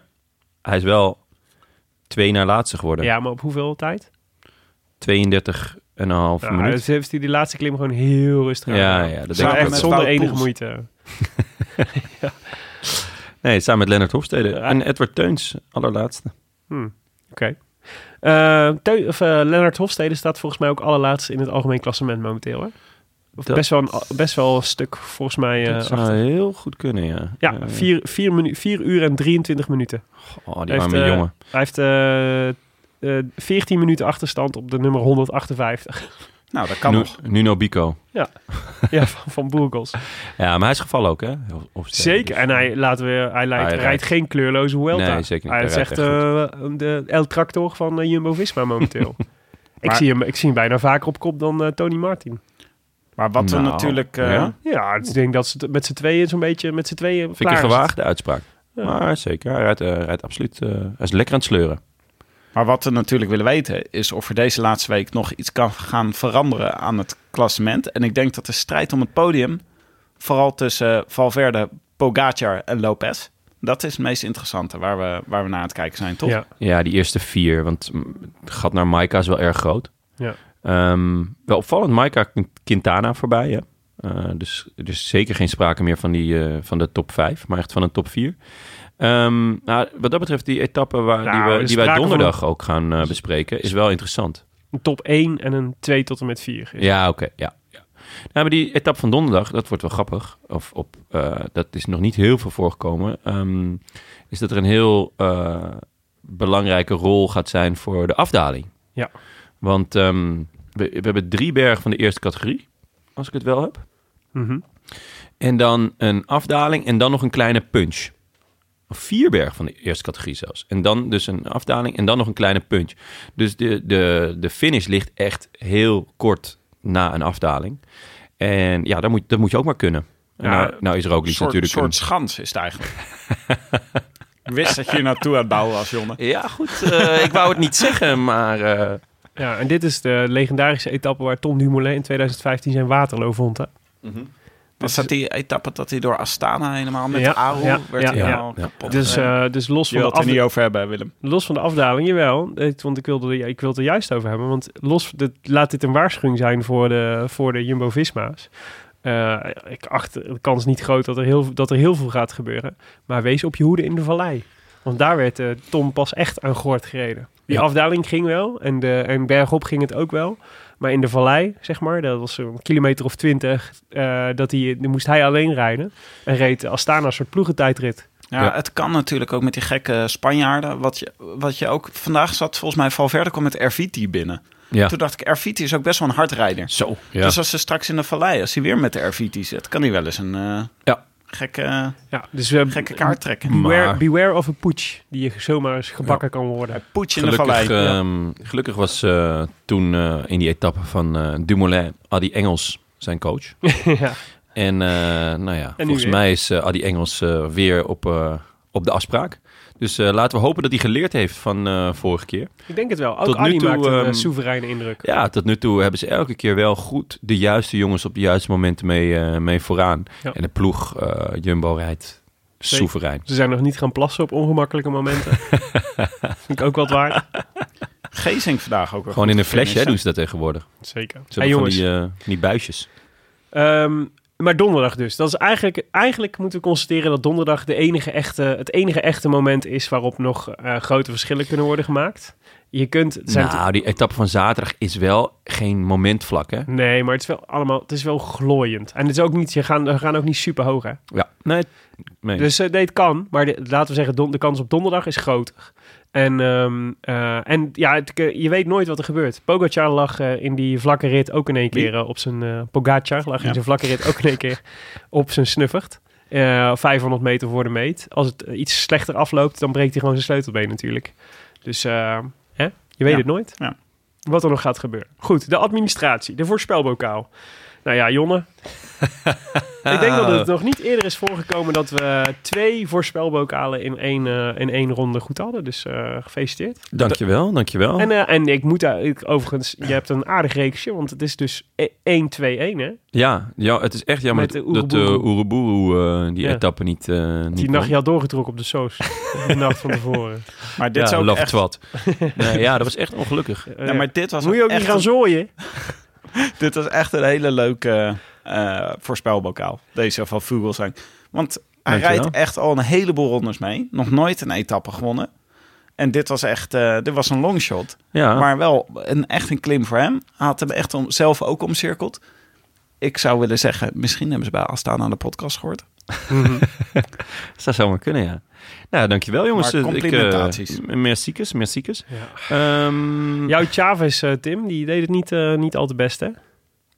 S5: hij is wel twee na laatste geworden.
S2: Ja, maar op hoeveel tijd?
S5: 32 en een half
S2: Ja,
S5: minuut.
S2: dus heeft hij die laatste klim gewoon heel rustig
S5: Ja,
S2: aangedaan.
S5: ja, dat
S2: Maar
S5: denk ik
S2: echt
S5: ook wel.
S2: zonder
S1: Wout
S2: enige
S1: Poels.
S2: moeite.
S5: Nee, samen met Lennart Hofstede en Edward Teuns, allerlaatste.
S2: Oké. Eh, Teu- of, eh, Lennart Hofstede staat volgens mij ook allerlaatste in het algemeen klassement momenteel. Hè? Of
S5: Dat-
S2: best, wel een, best wel een stuk volgens mij. eh,
S5: dat zou
S2: achter.
S5: heel goed kunnen, ja.
S2: Ja,
S5: Eh,
S2: 4 vier, minu- vier uur en 23 minuten.
S5: Oh, die
S2: heeft,
S5: arme
S2: eh,
S5: jongen.
S2: Hij heeft eh, eh, 14 minuten achterstand op de nummer 158.
S1: Nou, dat kan
S5: Nu-
S1: nog.
S5: Nuno Bico.
S2: *laughs* Ja, van, van Burgos.
S5: Ja, maar hij is gevallen ook, hè? Of-
S2: Zeker. En hij, laten we, hij, leidt,
S5: dus, eh, Hij
S2: rijdt,
S5: rijdt-
S2: geen kleurloze Vuelta.
S5: Nee, zeker niet.
S2: Hij
S5: Hij
S2: is echt
S5: rijdt
S2: eh, de El Tractor van eh, Jumbo-Visma
S5: *laughs*
S2: momenteel. ik,
S1: Maar-
S2: zie hem, ik zie hem bijna vaker op kop dan eh, Tony Martin.
S1: Maar wat
S5: Nou,
S1: we natuurlijk... eh,
S5: ja.
S2: Ja, dus ik denk dat ze t- met z'n tweeën zo'n beetje met z'n tweeën
S5: Vind ik
S2: klaar
S5: een
S2: is.
S5: gewaagde uitspraak.
S2: Ja.
S5: Maar zeker, hij rijdt, eh, rijdt absoluut... eh, hij is lekker aan het sleuren.
S1: Maar wat we natuurlijk willen weten is of er deze laatste week nog iets kan gaan veranderen aan het klassement. En ik denk dat de strijd om het podium, vooral tussen eh, Valverde, Pogacar en Lopez, dat is het meest interessante waar we, waar we naar aan het kijken zijn, toch?
S2: Ja.
S5: Ja, die eerste vier, want mm, het gat naar Maika is wel erg groot.
S2: Ja.
S5: Ehm, wel opvallend, Maika Quintana voorbij, hè? Eh, dus, dus zeker geen sprake meer van, die, eh, van de top 5, maar echt van een top 4. nou, wat dat betreft, die etappe waar,
S2: Nou,
S5: die,
S2: er
S5: we,
S2: is
S5: die wij
S2: sprake van
S5: donderdag ook gaan eh, bespreken, is wel interessant.
S2: Een top 1 en een 2 tot en met 4.
S5: Ja, oké. ja, ja. Nou, maar die etappe van donderdag, dat wordt wel grappig. Of op, eh, dat is nog niet heel veel voorgekomen. Ehm, is dat er een heel eh, belangrijke rol gaat zijn voor de afdaling.
S2: Ja.
S5: Want ehm, we, we hebben drie bergen van de eerste categorie, als ik het wel heb.
S2: Mhm.
S5: En dan een afdaling en dan nog een kleine punch. Of Vier bergen van de eerste categorie zelfs. En dan dus een afdaling en dan nog een kleine punch. Dus de, de, de finish ligt echt heel kort na een afdaling. En ja, dat moet, dat moet je ook maar kunnen. En
S1: Ja,
S5: nou, nou is er ook
S1: Een
S5: iets
S1: soort,
S5: natuurlijk... een-
S1: soort schans is het *laughs* eigenlijk. Ik wist dat je hier naartoe aan het bouwen was, jongen.
S5: Ja, goed. eh, ik wou het niet zeggen, maar... eh,
S2: Ja, en dit is de legendarische etappe waar Tom Dumoulin in 2015 zijn Waterloo vond. Hè?
S1: *laughs* Was dat die etappe dat hij door Astana helemaal met
S2: Ja,
S1: de Aru
S2: ja,
S1: werd
S2: ja,
S1: hij
S2: ja.
S1: helemaal
S5: Ja.
S1: kapot?
S2: Dus,
S1: gereden?
S2: eh, dus
S1: je wilt
S2: los van de
S1: het er
S2: afdaling.
S1: niet over hebben, Willem.
S2: Los van de afdaling, jawel. Het- Want ik wilde er- ik wil het er juist over hebben. Want los, dit, laat dit een waarschuwing zijn voor de, voor de Jumbo-Visma's. Eh, ik acht de kans niet groot dat er, heel, dat er heel veel gaat gebeuren. Maar wees op je hoede in de vallei. Want daar werd eh, Tom pas echt aan gort gereden. Die
S5: Ja.
S2: afdaling ging wel en, de, en bergop ging het ook wel. Maar in de vallei, zeg maar, dat was een kilometer of twintig, eh, dat hij, dan moest hij alleen rijden. En reed Astana een soort ploegentijdrit.
S1: Ja,
S5: Ja.
S1: het kan natuurlijk ook met die gekke Spanjaarden. Wat je, wat je ook vandaag zat, volgens mij Valverde kwam met Erviti binnen.
S5: ja.
S1: Toen dacht ik, Erviti is ook best wel een hardrijder.
S5: Zo. Ja.
S1: Dus als ze straks in de vallei, als hij weer met de Erviti zit, kan hij wel eens een eh,
S5: Ja.
S1: gekke,
S2: Ja, dus we
S1: gekke kaart trekken.
S2: Beware,
S5: Maar-
S2: beware of a putsch, die je zomaar eens gebakken kan worden.
S1: Poetje in de
S5: Gelukkig,
S1: vallei. Ja.
S5: ehm, gelukkig was eh, toen eh, in die etappe van eh, Dumoulin Adi Engels zijn coach.
S2: *laughs* ja.
S5: En eh, nou ja,
S2: nu
S5: volgens
S2: weer.
S5: mij is eh, Adi Engels eh, weer op, eh, op de afspraak. Dus eh, laten we hopen dat hij geleerd heeft van eh, vorige keer.
S2: Ik denk het wel. Ook
S5: Tot nu
S2: Adi
S5: toe,
S2: maakt een eh,
S5: ehm,
S2: soevereine indruk.
S5: Ja, tot nu toe hebben ze elke keer wel goed de juiste jongens op de juiste momenten mee, eh, mee vooraan.
S2: Ja.
S5: En de ploeg eh, Jumbo rijdt
S2: Zeker.
S5: soeverein.
S2: Ze zijn nog niet gaan plassen op ongemakkelijke
S5: *laughs*
S2: momenten. Vind ik ook wat waard.
S1: Gezing vandaag ook wel.
S5: Gewoon
S1: goed
S5: in een flesje hè,
S1: gefinished,
S5: doen ze dat tegenwoordig.
S2: Zeker.
S5: Ze
S2: Hey,
S5: hebben van
S2: jongens,
S5: die, eh, van die buisjes.
S2: ehm, maar donderdag dus. Dat is eigenlijk, eigenlijk moeten we constateren dat donderdag de enige echte, het enige echte moment is waarop nog eh, grote verschillen kunnen worden gemaakt. Je kunt... het zijn
S5: Nou, die etappe van zaterdag is wel geen momentvlak, hè?
S2: Nee, maar het is wel allemaal, het is wel glooiend. En het is ook niet, je gaan, we gaan ook niet super hoog, hè?
S5: Ja. Nee, nee.
S2: Dus eh, nee, het kan. Maar de- laten we zeggen, don- de kans op donderdag is groter. En, ehm, eh, en ja, het- je weet nooit wat er gebeurt. Pogacar lag eh, in die vlakke rit ook in één keer eh, op zijn... eh Pogacar lag
S1: Ja.
S2: in zijn vlakke rit ook in één keer op zijn snuffert. Eh, 500 meter voor de meet. Als het eh, iets slechter afloopt, dan breekt hij gewoon zijn sleutelbeen natuurlijk. Dus eh, hè? je weet
S1: Ja.
S2: het nooit.
S1: Ja.
S2: Wat er nog gaat gebeuren. Goed, de administratie, de voorspelbokaal. Nou ja, Jonne, ik denk dat
S1: Ah.
S2: het nog niet eerder is voorgekomen dat we twee voorspelbokalen in één, eh, in één ronde goed hadden. Dus eh, gefeliciteerd.
S5: Dankjewel,
S1: Oh.
S5: dankjewel.
S2: En, eh, en ik moet daar, ik, overigens, je hebt een aardig reeksje, want het is dus e- 1-2-1 hè.
S5: ja, ja, het is echt jammer
S2: Met de
S5: dat de
S2: Oeroboeroe.
S5: Oeruburu eh, die
S2: Ja.
S5: etappe niet... eh niet
S2: Die
S5: won.
S2: nacht je had doorgetrokken op de soos. *laughs* de nacht van tevoren.
S1: Maar dit is
S5: dus. ja,
S1: ook
S5: love
S1: echt...
S2: *laughs*
S5: twat. nee, ja, dat was echt ongelukkig.
S2: Eh,
S1: Ja, maar dit was,
S2: moet je ook niet
S1: echt,
S2: gaan zooien.
S1: dit was echt een hele leuke eh, voorspelbokaal. Deze van Vogelsang. Want hij
S5: Dankjewel.
S1: rijdt echt al een heleboel rondes mee. Nog nooit een etappe gewonnen. En dit was echt... eh, dit was een longshot.
S5: Ja,
S1: Maar wel een, echt een klim voor hem. Hij had hem echt om, zelf ook omcirkeld. Ik zou willen zeggen, misschien hebben ze bij Astana aan de podcast gehoord.
S5: dat zou zomaar kunnen, ja. Nou, dankjewel jongens.
S1: Maar
S5: Eh, ik, eh,
S1: complimentaties.
S5: m- Merciekes, merciekes. Ehm,
S2: Jouw Chavez, eh, Tim, die deed het niet, eh, niet al te best, hè?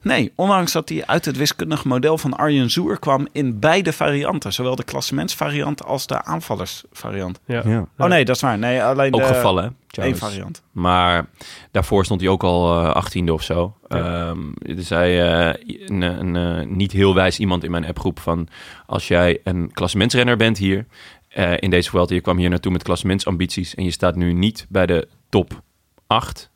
S1: Nee, ondanks dat hij uit het wiskundig model van Arjen Zoer kwam in beide varianten. Zowel de klassementsvariant als de aanvallersvariant.
S2: Ja. Dus
S5: ja.
S1: Oh nee, dat is waar. Nee, alleen
S5: Ook
S1: de
S5: gevallen, hè?
S1: één
S5: Charles.
S1: variant.
S5: Maar daarvoor stond hij ook al eh, 18e of zo. Ehm, dus hij, eh, een, een, eh, niet heel wijs iemand in mijn appgroep van... als jij een klassementsrenner bent hier eh, in deze Vuelta... je kwam hier naartoe met klassementsambities... en je staat nu niet bij de top 8...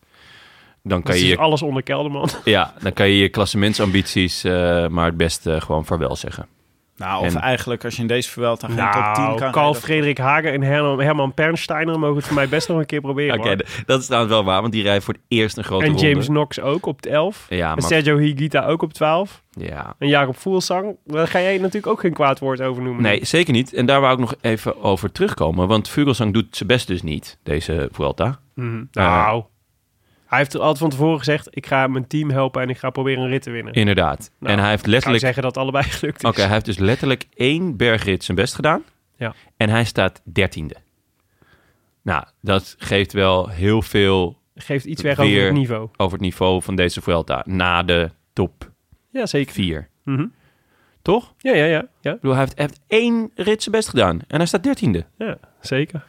S5: dan kan,
S2: Dus
S5: je,
S2: is
S5: je-
S2: alles onder Kelderman.
S5: ja, dan kan je je klassementsambities eh, maar het beste gewoon vaarwel zeggen.
S1: Nou, of
S5: En-
S1: eigenlijk als je in deze verweld dan gewoon top 10 kan
S2: Nou, Carl
S1: rijden.
S2: Frederik Hagen en Herman, Herman Pernsteiner mogen het voor mij best nog een keer proberen.
S5: Oké,
S2: hoor.
S5: d- dat is trouwens wel waar... want die rijdt voor het eerst een grote
S2: En
S5: ronde.
S2: James Knox ook op de 11.
S5: Ja,
S2: en
S5: maar-
S2: Sergio Higuita ook op 12.
S5: Ja,
S2: En Jacob Voelsang, daar ga jij natuurlijk ook geen kwaad woord over noemen.
S5: Nee, zeker niet. En daar wou ik nog even over terugkomen. Want Vugelsang doet zijn best dus niet, deze Vuelta.
S2: Mhm.
S5: Ah.
S2: Nou, hij heeft altijd van tevoren gezegd, ik ga mijn team helpen en ik ga proberen een rit te winnen.
S5: Inderdaad.
S2: Nou,
S5: en hij heeft
S2: Ik zou
S5: letterlijk...
S2: zeggen dat allebei *laughs* gelukt
S5: Oké,
S2: is.
S5: hij heeft dus letterlijk één bergrit zijn best gedaan.
S2: Ja.
S5: En hij staat dertiende. Nou, dat geeft wel heel veel
S2: Geeft iets weg
S5: Weer-
S2: over het niveau.
S5: over het niveau van deze Vuelta. Na de top
S2: Ja, zeker.
S5: vier.
S2: Mhm.
S5: Toch? Ik
S2: Ja, ja, ja, ja.
S5: bedoel, hij heeft, hij heeft één rit zijn best gedaan. En hij staat dertiende.
S2: Ja, zeker.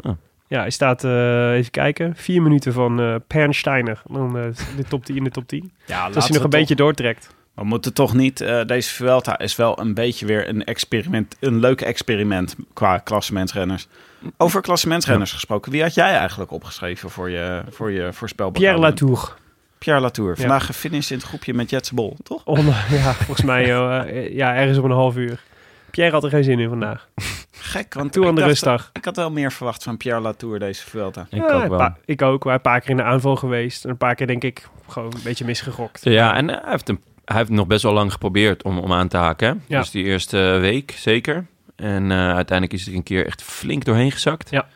S5: Ah.
S2: Ja, hij staat, eh, even kijken, vier minuten van eh Pernsteiner. Dan eh, de top 10 in de top
S5: *laughs*
S2: 10.
S1: Ja,
S2: Als hij nog een beetje doortrekt.
S1: We moeten toch niet... eh, deze Vuelta is wel een beetje weer een experiment. Een leuk experiment qua klassementsrenners. Over klassementsrenners gesproken. Wie had jij eigenlijk opgeschreven voor je, voor je voorspelbaar?
S2: Pierre Latour.
S1: Pierre Latour. Vandaag gefinished in het groepje met Jetse Bol, toch?
S2: On, *laughs* ja, volgens mij eh, ja, ergens om een half uur. Pierre had er geen zin in vandaag.
S1: Gek, want
S2: Toe aan
S1: ik
S2: de
S1: dacht-
S2: rustdag.
S1: Ik had wel meer verwacht van Pierre Latour deze Vuelta.
S5: Ik
S2: Ja,
S5: ook wel.
S2: pa- ik ook. Wij een paar keer in de aanval geweest. En een paar keer denk ik gewoon een beetje misgegokt.
S5: Ja, en eh, hij heeft, hem, hij heeft nog best wel lang geprobeerd om, om aan te haken. hè?
S2: Ja.
S5: Dus die eerste week zeker. En eh, uiteindelijk is hij er een keer echt flink doorheen gezakt.
S2: Ja.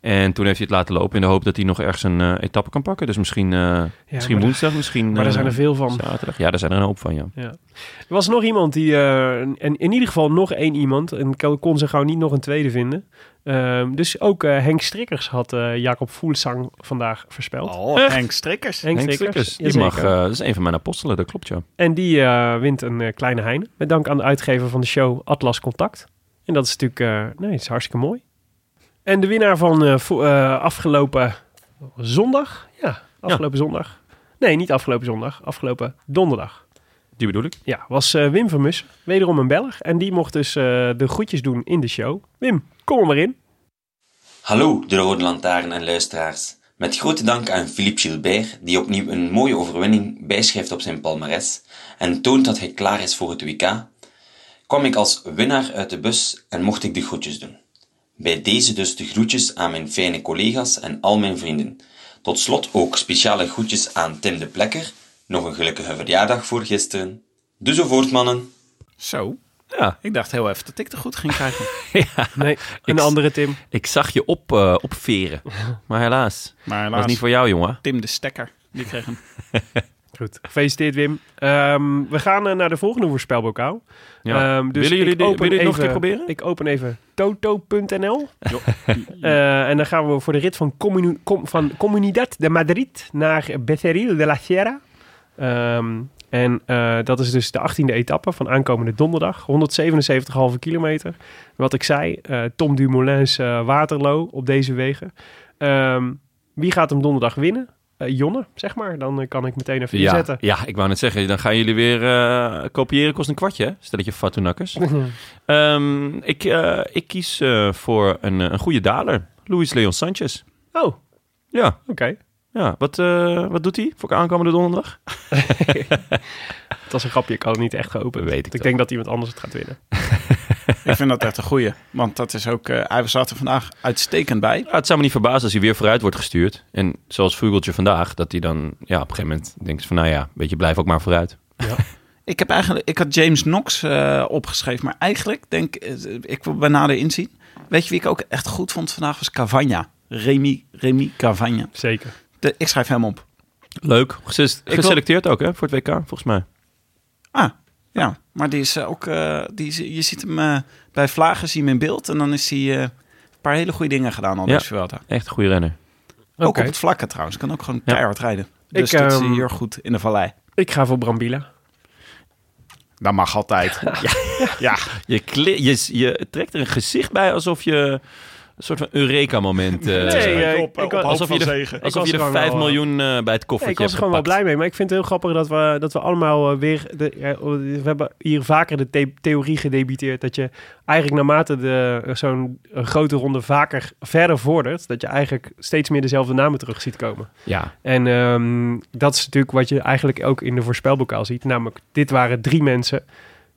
S5: En toen heeft hij het laten lopen in de hoop dat hij nog ergens een eh, etappe kan pakken. Dus misschien, eh, misschien
S2: maar
S5: woensdag, misschien
S2: Maar
S5: eh,
S2: er zijn er veel van.
S5: zaterdag. Ja, daar zijn er een hoop van, ja.
S2: Er was nog iemand die, eh, en in ieder geval nog één iemand, en ik kon ze gauw niet nog een tweede vinden. Ehm, dus ook eh, Henk Strikkers had eh, Jacob Voelsang vandaag voorspeld.
S1: Oh, Henk Strikkers.
S2: Henk,
S5: Henk
S2: Strikkers,
S5: Strikkers, die
S2: jazeker.
S5: mag, eh, dat is een van mijn apostelen, dat klopt, ja.
S2: En die eh, wint een eh, kleine hein. Met dank aan de uitgever van de show Atlas Contact. En dat is natuurlijk, eh nee, het is hartstikke mooi. En de winnaar van eh, vo- eh, afgelopen zondag. Ja, afgelopen zondag. Nee, niet afgelopen zondag. Afgelopen donderdag.
S5: Die bedoel ik.
S2: Ja, was eh, Wim Vermus. Wederom een Belg. En die mocht dus eh, de groetjes doen in de show. Wim, kom er maar in.
S6: Hallo, de Rode Lantaarn en luisteraars. Met grote dank aan Philippe Gilbert, die opnieuw een mooie overwinning bijschrijft op zijn palmares en toont dat hij klaar is voor het WK, kwam ik als winnaar uit de bus en mocht ik de groetjes doen. Bij deze dus de groetjes aan mijn fijne collega's en al mijn vrienden. Tot slot ook speciale groetjes aan Tim de Plekker, nog een gelukkige verjaardag voor gisteren. Doe zo voort, mannen!
S1: Zo.
S5: Ja,
S1: Ik dacht heel even dat ik de goed ging *laughs* krijgen.
S2: Nee, *laughs* een
S5: Ik-
S2: andere Tim.
S5: ik zag je op, eh,
S2: *laughs*
S5: opveren. Maar helaas,
S1: Maar
S5: dat was
S1: helaas,
S5: niet voor jou, jongen.
S1: Tim de Stekker. Die kreeg hem.
S2: Goed. Gefeliciteerd, Wim. Ehm, we gaan eh, naar de volgende voorspelbokaal.
S5: Ja.
S2: Ehm, dus
S5: willen jullie,
S2: ik
S5: dit-
S2: open
S5: willen jullie het nog een
S2: even-
S5: keer proberen?
S2: Ik open even toto.nl.
S5: *laughs*
S2: Eh, en dan gaan we voor de rit van, Communu- Com- van Comunidad de Madrid naar Becerril de la Sierra. Ehm, en eh, dat is dus de 18e etappe van aankomende donderdag. 177,5 kilometer. Wat ik zei, eh, Tom Dumoulin's eh Waterloo op deze wegen. Ehm, wie gaat hem donderdag winnen? Eh, Jonne, zeg maar. Dan eh, kan ik meteen even
S5: Ja,
S2: inzetten.
S5: ja, ik wou net zeggen, dan gaan jullie weer eh, kopiëren kost een kwartje, hè? stelletje fatunakkers. Ehm ik, eh, ik kies eh, voor een, eh, een goede daler, Luis Leon Sanchez.
S2: Oh, oké.
S5: Ja, ja. Wat, eh, wat doet hij voor aankomende donderdag?
S2: Het was een grapje, ik had het niet echt geopend.
S5: Weet ik
S2: ik
S5: toch.
S2: denk dat iemand anders het gaat winnen.
S1: Ik vind dat echt een goeie. Want dat is ook... eh, hij zat er vandaag uitstekend bij.
S5: Ja, het zou me niet verbazen als hij weer vooruit wordt gestuurd. En zoals Vugeltje vandaag, dat hij dan ja, op een gegeven moment denkt van nou ja, weet je, blijf ook maar vooruit.
S1: Ik, heb eigenlijk, ik had James Knox eh, opgeschreven. Maar eigenlijk denk eh, ik... wil bij nader inzien. Weet je wie ik ook echt goed vond vandaag? Was Cavagna. Remy, Remy Cavagna.
S2: Zeker.
S1: De, ik schrijf hem op.
S5: Leuk. Geses-
S1: wil-
S5: Geselecteerd ook hè, voor het WK, volgens mij.
S1: Ah, Ja, maar die is eh, ook. eh, die is, je ziet hem eh, bij Vlagen zie je hem in beeld. En dan is hij eh, een paar hele goede dingen gedaan al
S5: Ja.
S1: deze Vuelta.
S5: Echt een goede renner.
S2: Oké,
S1: Ook op het vlakke trouwens. Kan ook gewoon
S5: Ja.
S1: keihard rijden. Dus
S2: Ik,
S1: dat
S2: ehm,
S1: zie je heel goed in de vallei.
S2: ik ga voor Brambila.
S1: Dat mag
S2: *laughs*
S1: altijd.
S5: Je, kli- je, je trekt er een gezicht bij alsof je een soort van Eureka-moment. eh,
S2: eh, ik-
S1: op-
S2: ik-
S1: op hoop
S5: alsof je
S1: van
S5: de-
S1: zegen.
S2: Ik
S5: alsof
S2: was
S5: je
S2: er
S5: er
S2: gewoon
S5: 5
S2: wel, eh,
S5: miljoen eh, bij het
S2: Ja,
S5: koffertje
S2: ik was er
S5: hebt
S2: gewoon wel
S5: gepakt.
S2: blij mee. Maar ik vind het heel grappig dat we, dat we allemaal eh, weer... De, ja, we hebben hier vaker de the- theorie gedebiteerd. Dat je eigenlijk naarmate de- zo'n eh, grote ronde vaker verder vordert... dat je eigenlijk steeds meer dezelfde namen terug ziet komen.
S5: Ja,
S2: En ehm, dat is natuurlijk wat je eigenlijk ook in de voorspelbokaal ziet. Namelijk, dit waren drie mensen.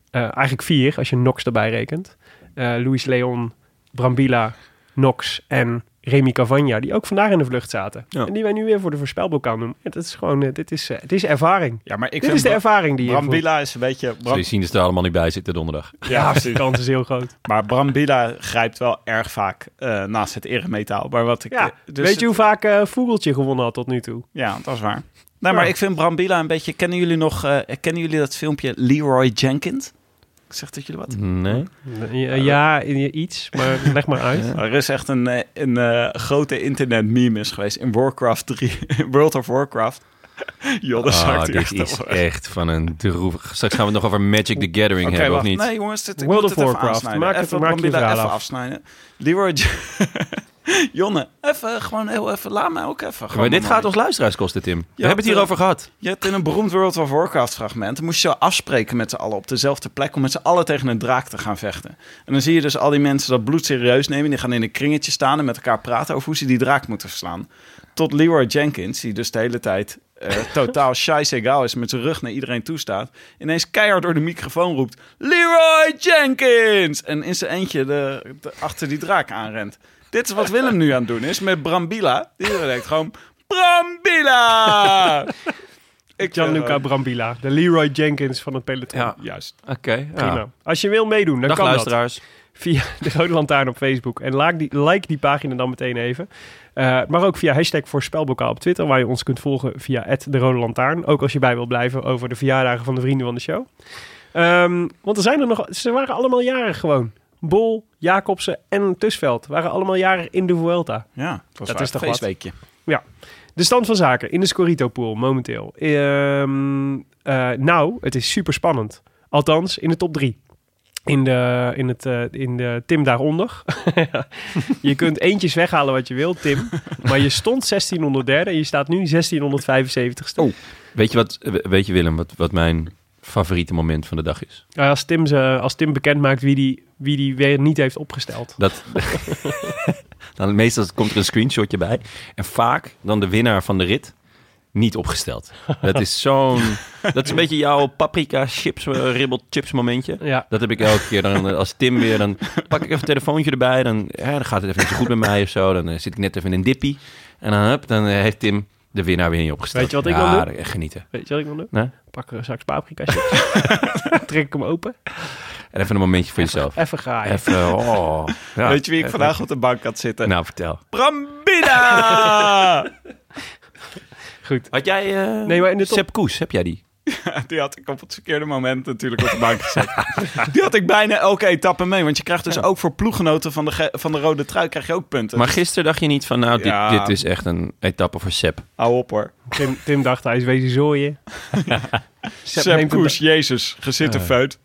S2: eh, eigenlijk vier, als je Nox erbij rekent. Eh Luis Leon, Brambila, Nox en Remy Cavagna. Die ook vandaag in de vlucht zaten.
S5: Ja.
S2: En die wij nu weer voor de voorspelbokaal noemen. Ja, dat is gewoon, eh, dit, is, eh, dit is ervaring.
S1: Ja, maar ik
S2: dit is de ervaring die je
S1: Bram
S2: voelt.
S1: Bila is een beetje... Bram,
S5: zul je zien dat ze er allemaal niet bij zitten donderdag.
S2: *laughs*
S1: ja,
S2: De
S1: precies.
S2: kans is heel
S1: *laughs*
S2: groot.
S1: Maar Bram Bila grijpt wel erg vaak eh, naast het eremetaal. Maar wat ik,
S2: Ja,
S1: dus
S2: Weet je hoe vaak eh Vogeltje gewonnen had tot nu toe?
S1: Ja, dat is waar. Nee, maar ik vind Bram Bila een beetje... Kennen jullie nog... eh, kennen jullie dat filmpje Leroy Jenkins? Ik zeg dat jullie wat.
S2: *laughs*
S5: Nee.
S2: Ja, ja, iets, maar leg maar uit.
S1: Er is echt een, eh, een eh, grote internet meme is geweest in Warcraft 3, in *laughs* World of Warcraft. *laughs* Joh, dat
S5: Ah,
S1: zakt hij
S5: dit
S1: echt
S5: is
S1: op.
S5: echt van een droevig... Straks gaan we het nog over Magic the Gathering
S1: Oké,
S5: hebben,
S1: wacht.
S5: of niet?
S1: Nee, jongens, dit, ik
S2: World
S1: moet
S2: of
S1: het even
S2: Warcraft.
S1: afsnijden.
S2: Maak het-
S1: even,
S2: maak je
S1: Bram Bila
S2: verhaal
S1: even
S2: af.
S1: afsnijden. *laughs* Leroy... J- Jonne, even, gewoon heel even, laat mij ook even. Gewoon
S5: maar dit
S1: een
S5: gaat
S1: momentje.
S5: ons luisteraars kosten, Tim. we hebben het
S1: eh,
S5: hierover gehad.
S1: Je hebt in een beroemd World of Warcraft fragment... dan moest je zo afspreken met z'n allen op dezelfde plek... om met z'n allen tegen een draak te gaan vechten. En dan zie je dus al die mensen dat bloed serieus nemen... die gaan in een kringetje staan en met elkaar praten... over hoe ze die draak moeten verslaan. Tot Leroy Jenkins, die dus de hele tijd... eh, totaal scheissegaal is, met zijn rug naar iedereen toestaat... ineens keihard door de microfoon roept... Leroy Jenkins! En in zijn eentje de, de- achter die draak aanrent. Dit is wat Willem nu aan het doen is met Brambila. Die denkt gewoon... Brambila! Ik eh,
S2: Gianluca Brambila, de Leroy Jenkins van het peloton.
S5: Ja,
S1: Juist.
S5: oké.
S2: Prima. Als je wil meedoen, dan
S5: Dag
S2: kan dat
S5: luisteraars.
S2: via *laughs* de Rode Lantaarn op Facebook. En like die, like die pagina dan meteen even. Eh, maar ook via hashtag voorspelbokaal op Twitter, waar je ons kunt volgen via de Rode Lantaarn. Ook als je bij wil blijven over de verjaardagen van de vrienden van de show. Ehm, want er zijn er nog, ze waren allemaal jaren gewoon. Bol, Jacobsen en Tusveld waren allemaal jaren in de Vuelta.
S1: Ja, dat
S2: waar. is toch wat?
S1: feestweekje.
S2: De stand van zaken in de Scorito pool momenteel. Ehm, eh, nou, het is super spannend. Althans, in de top drie. In de, in het, eh, in de Tim daaronder. *laughs* je kunt eentjes weghalen wat je wilt, Tim. Maar je stond 1600 derde en je staat nu 1675ste.
S5: Oh. Weet je, wat, weet je Willem, wat, wat mijn favoriete moment van de dag is?
S2: Nou, als, Tim ze, als Tim bekend maakt wie die, wie die weer niet heeft opgesteld.
S5: Dat, *laughs* dan meestal komt er een screenshotje bij. En vaak dan de winnaar van de rit niet opgesteld. Dat is zo'n... Dat is een beetje jouw paprika chips, eh, ribbel chips momentje.
S2: Ja,
S5: Dat heb ik elke keer. Dan, eh, als Tim weer, dan pak ik even een telefoontje erbij. Dan, hè, dan gaat het even niet zo goed met mij of zo. Dan eh, zit ik net even in een dippie. En dan, hup, dan eh, heeft Tim de winnaar weer niet opgesteld.
S2: Weet je wat ik
S5: ja,
S2: wil doen?
S5: echt genieten.
S2: weet je wat ik wil doen?
S5: Nee?
S2: Pak er een zak paprika
S5: *laughs*
S2: chips. Trek ik hem open.
S5: En even een momentje voor jezelf.
S2: Even graaien.
S5: Even, oh. Ja.
S1: Weet je wie ik vandaag op de bank had zitten?
S5: Nou, vertel.
S1: Brambilla!
S2: Goed.
S5: Had jij... eh,
S2: Nee, maar in de top-
S5: Sepp Koes, heb jij die?
S1: Die had ik op het verkeerde moment natuurlijk op de bank gezet. Die had ik bijna elke etappe mee. Want je krijgt dus ook voor ploeggenoten van de, ge- van de rode trui krijg je ook punten.
S5: Maar gisteren dacht je niet van, nou, dit,
S1: Ja.
S5: dit is echt een etappe voor Sepp.
S1: Hou op hoor.
S2: Tim, Tim dacht, hij is wezen
S5: *laughs*
S2: zooien. Sepp
S1: Sepp
S2: neemt hem
S1: Koes, Jezus, gezitten feut.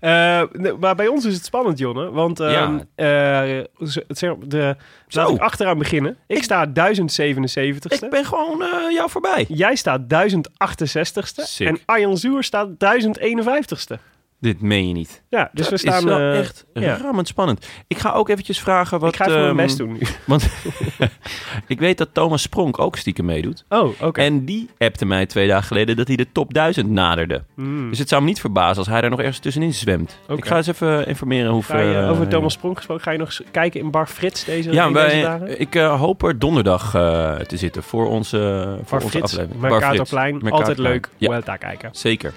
S2: Eh, nee, maar bij ons is het spannend, Jonne. Want ehm, eh, z- zeg maar, de, laat
S5: Zo.
S2: ik achteraan beginnen. Ik, sta 1077ste.
S5: Ik ben gewoon eh, jou voorbij.
S2: Jij staat 1068ste.
S5: Sick.
S2: En Arjan Zuur staat 1051ste.
S5: Dit meen je niet.
S2: Ja, dus
S5: Dat
S2: we staan...
S5: is wel
S2: eh,
S5: echt
S2: ja.
S5: rammend spannend. Ik ga ook eventjes vragen wat...
S2: ik ga even mijn
S5: ehm,
S2: best doen nu. *laughs*
S5: Want *laughs* ik weet dat Thomas Spronk ook stiekem meedoet.
S2: Oh, oké.
S5: En die appte mij twee dagen geleden dat hij de top 1000 naderde.
S2: Mm.
S5: Dus het zou me niet verbazen als hij daar nog ergens tussenin zwemt.
S2: Oké.
S5: Ik ga eens even informeren hoe
S2: Ga je,
S5: ver... eh,
S2: over Thomas Spronk gesproken, ga je nog eens kijken in Bar Frits deze,
S5: Ja,
S2: in deze
S5: wij,
S2: dagen?
S5: ik eh, hoop er donderdag eh, te zitten voor onze, voor
S2: Bar
S5: onze
S2: Frits,
S5: aflevering. Bar Frits,
S2: Mercatorplein, altijd
S5: Mercatorplein.
S2: leuk.
S5: Ja,
S2: Vuelta kijken.
S5: zeker.
S2: Ehm,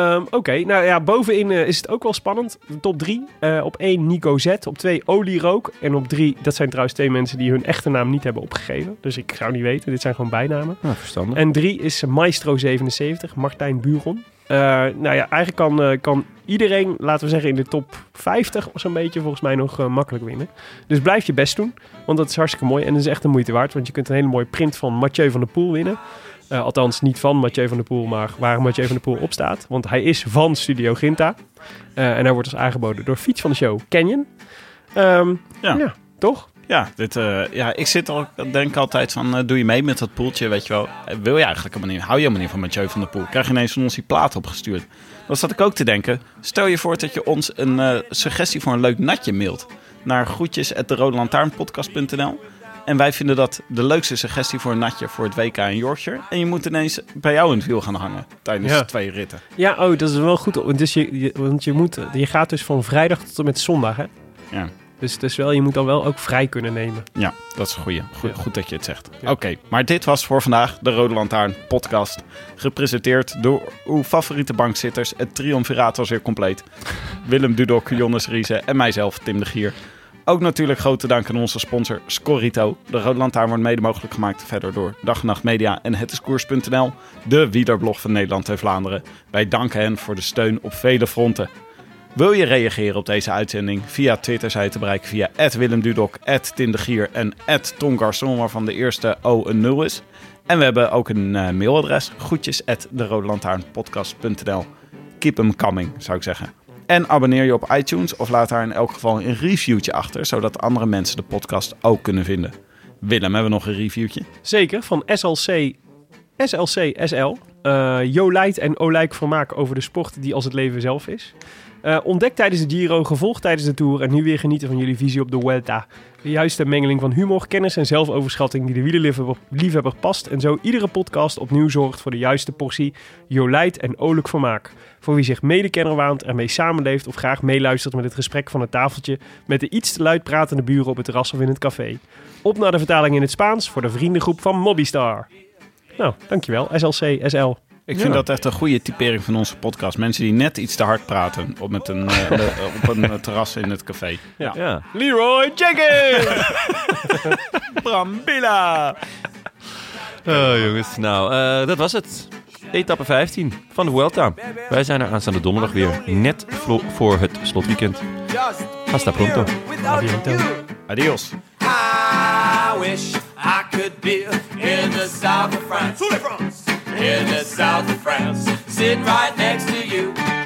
S2: Ehm, Oké, nou ja, bovenin eh, is het ook wel spannend. De Top 3. op 1 Nico Z, op 2 Oli Rook en op 3, dat zijn trouwens twee mensen die hun echte naam niet hebben opgegeven. Dus ik zou niet weten, dit zijn gewoon bijnamen.
S5: Nou, verstandig.
S2: En 3 is Maestro77, Martijn Buron. Eh, nou ja, eigenlijk kan, eh, kan iedereen, laten we zeggen, in de top 50 of zo'n beetje volgens mij nog eh, makkelijk winnen. Dus blijf je best doen, want dat is hartstikke mooi en dat is echt de moeite waard. Want je kunt een hele mooie print van Mathieu van der Poel winnen. Eh, althans, niet van Mathieu van der Poel, maar waar Mathieu van der Poel op staat. Want hij is van Studio Ginta. Eh, en hij wordt dus aangeboden door Fiets van de Show Canyon. Ehm,
S1: Ja.
S2: ja. toch?
S1: Ja, dit, eh, ja, ik zit al, denk altijd van, eh, doe je mee met dat poeltje, weet je wel. Eh, Wil je eigenlijk helemaal niet, hou je helemaal niet van Mathieu van der Poel. Krijg je ineens van ons die plaat opgestuurd. Dan zat ik ook te denken, stel je voor dat je ons een eh, suggestie voor een leuk natje mailt. Naar groetjes En wij vinden dat de leukste suggestie voor een natje voor het WK in Yorkshire. En je moet ineens bij jou in het wiel gaan hangen tijdens
S2: Ja.
S1: de twee ritten.
S2: Ja, oh, dat is wel goed. want Dus je, je- want je, moet, je gaat dus van vrijdag tot en met zondag, hè?
S1: Ja.
S2: Dus, dus wel, je moet dan wel ook vrij kunnen nemen.
S1: Ja, dat is een goeie. Goed, goed dat je het zegt.
S2: Ja.
S1: Oké, maar dit was voor vandaag de Rode Lantaarn podcast. Gepresenteerd door uw favoriete bankzitters. Het triumviraat was weer
S2: *laughs*
S1: compleet. Willem Dudok, Jonas Riese en mijzelf, Tim de Gier. Ook natuurlijk grote dank aan onze sponsor Scorrito. De Rode Lantaarn wordt mede mogelijk gemaakt verder door Dag en Nacht Media en Het is Koers.nl, de wielerblog van Nederland en Vlaanderen. Wij danken hen voor de steun op vele fronten. Wil je reageren op deze uitzending? Via Twitter zijn te bereiken via @WillemDudok, @tindegier en @tongarson, waarvan de eerste O een nul is. En we hebben ook een eh, mailadres: groetjes Keep 'em coming, zou ik zeggen. En abonneer je op iTunes of laat daar in elk geval een reviewtje achter, zodat andere mensen de podcast ook kunnen vinden. Willem, hebben we nog een reviewtje?
S2: Zeker, van SLC, SLC, SL. eh jo Leid en Olijk Vermaak over de sport die als het leven zelf is. Eh, ontdek tijdens de Giro, gevolg tijdens de Tour en nu weer genieten van jullie visie op de Vuelta. De juiste mengeling van humor, kennis en zelfoverschatting die de wielerliefhebber liefhebber past en zo iedere podcast opnieuw zorgt voor de juiste portie Jo Leid en Olijk Vermaak. Voor wie zich medekenner waant, ermee samenleeft of graag meeluistert met het gesprek van het tafeltje met de iets te luid pratende buren op het terras of in het café. Op naar de vertaling in het Spaans voor de vriendengroep van Mobbystar. Nou, dankjewel, SLC, SL.
S1: Ik vind dat echt een goede typering van onze podcast. Mensen die net iets te hard praten op, met een, eh, eh, op een eh, terras in het café.
S5: Ja.
S2: Leroy Jenkins!
S5: *laughs*
S1: Brambilla!
S5: Oh, jongens. Nou, eh, dat was het. Etappe 15 van de Vuelta. Wij zijn er aanstaande donderdag weer. Net vlo- voor het slotweekend.
S4: Just
S5: Hasta pronto.
S4: without you.
S1: Adios.
S4: I wish I could be in the south of France. In the south of France, sitting right next to you.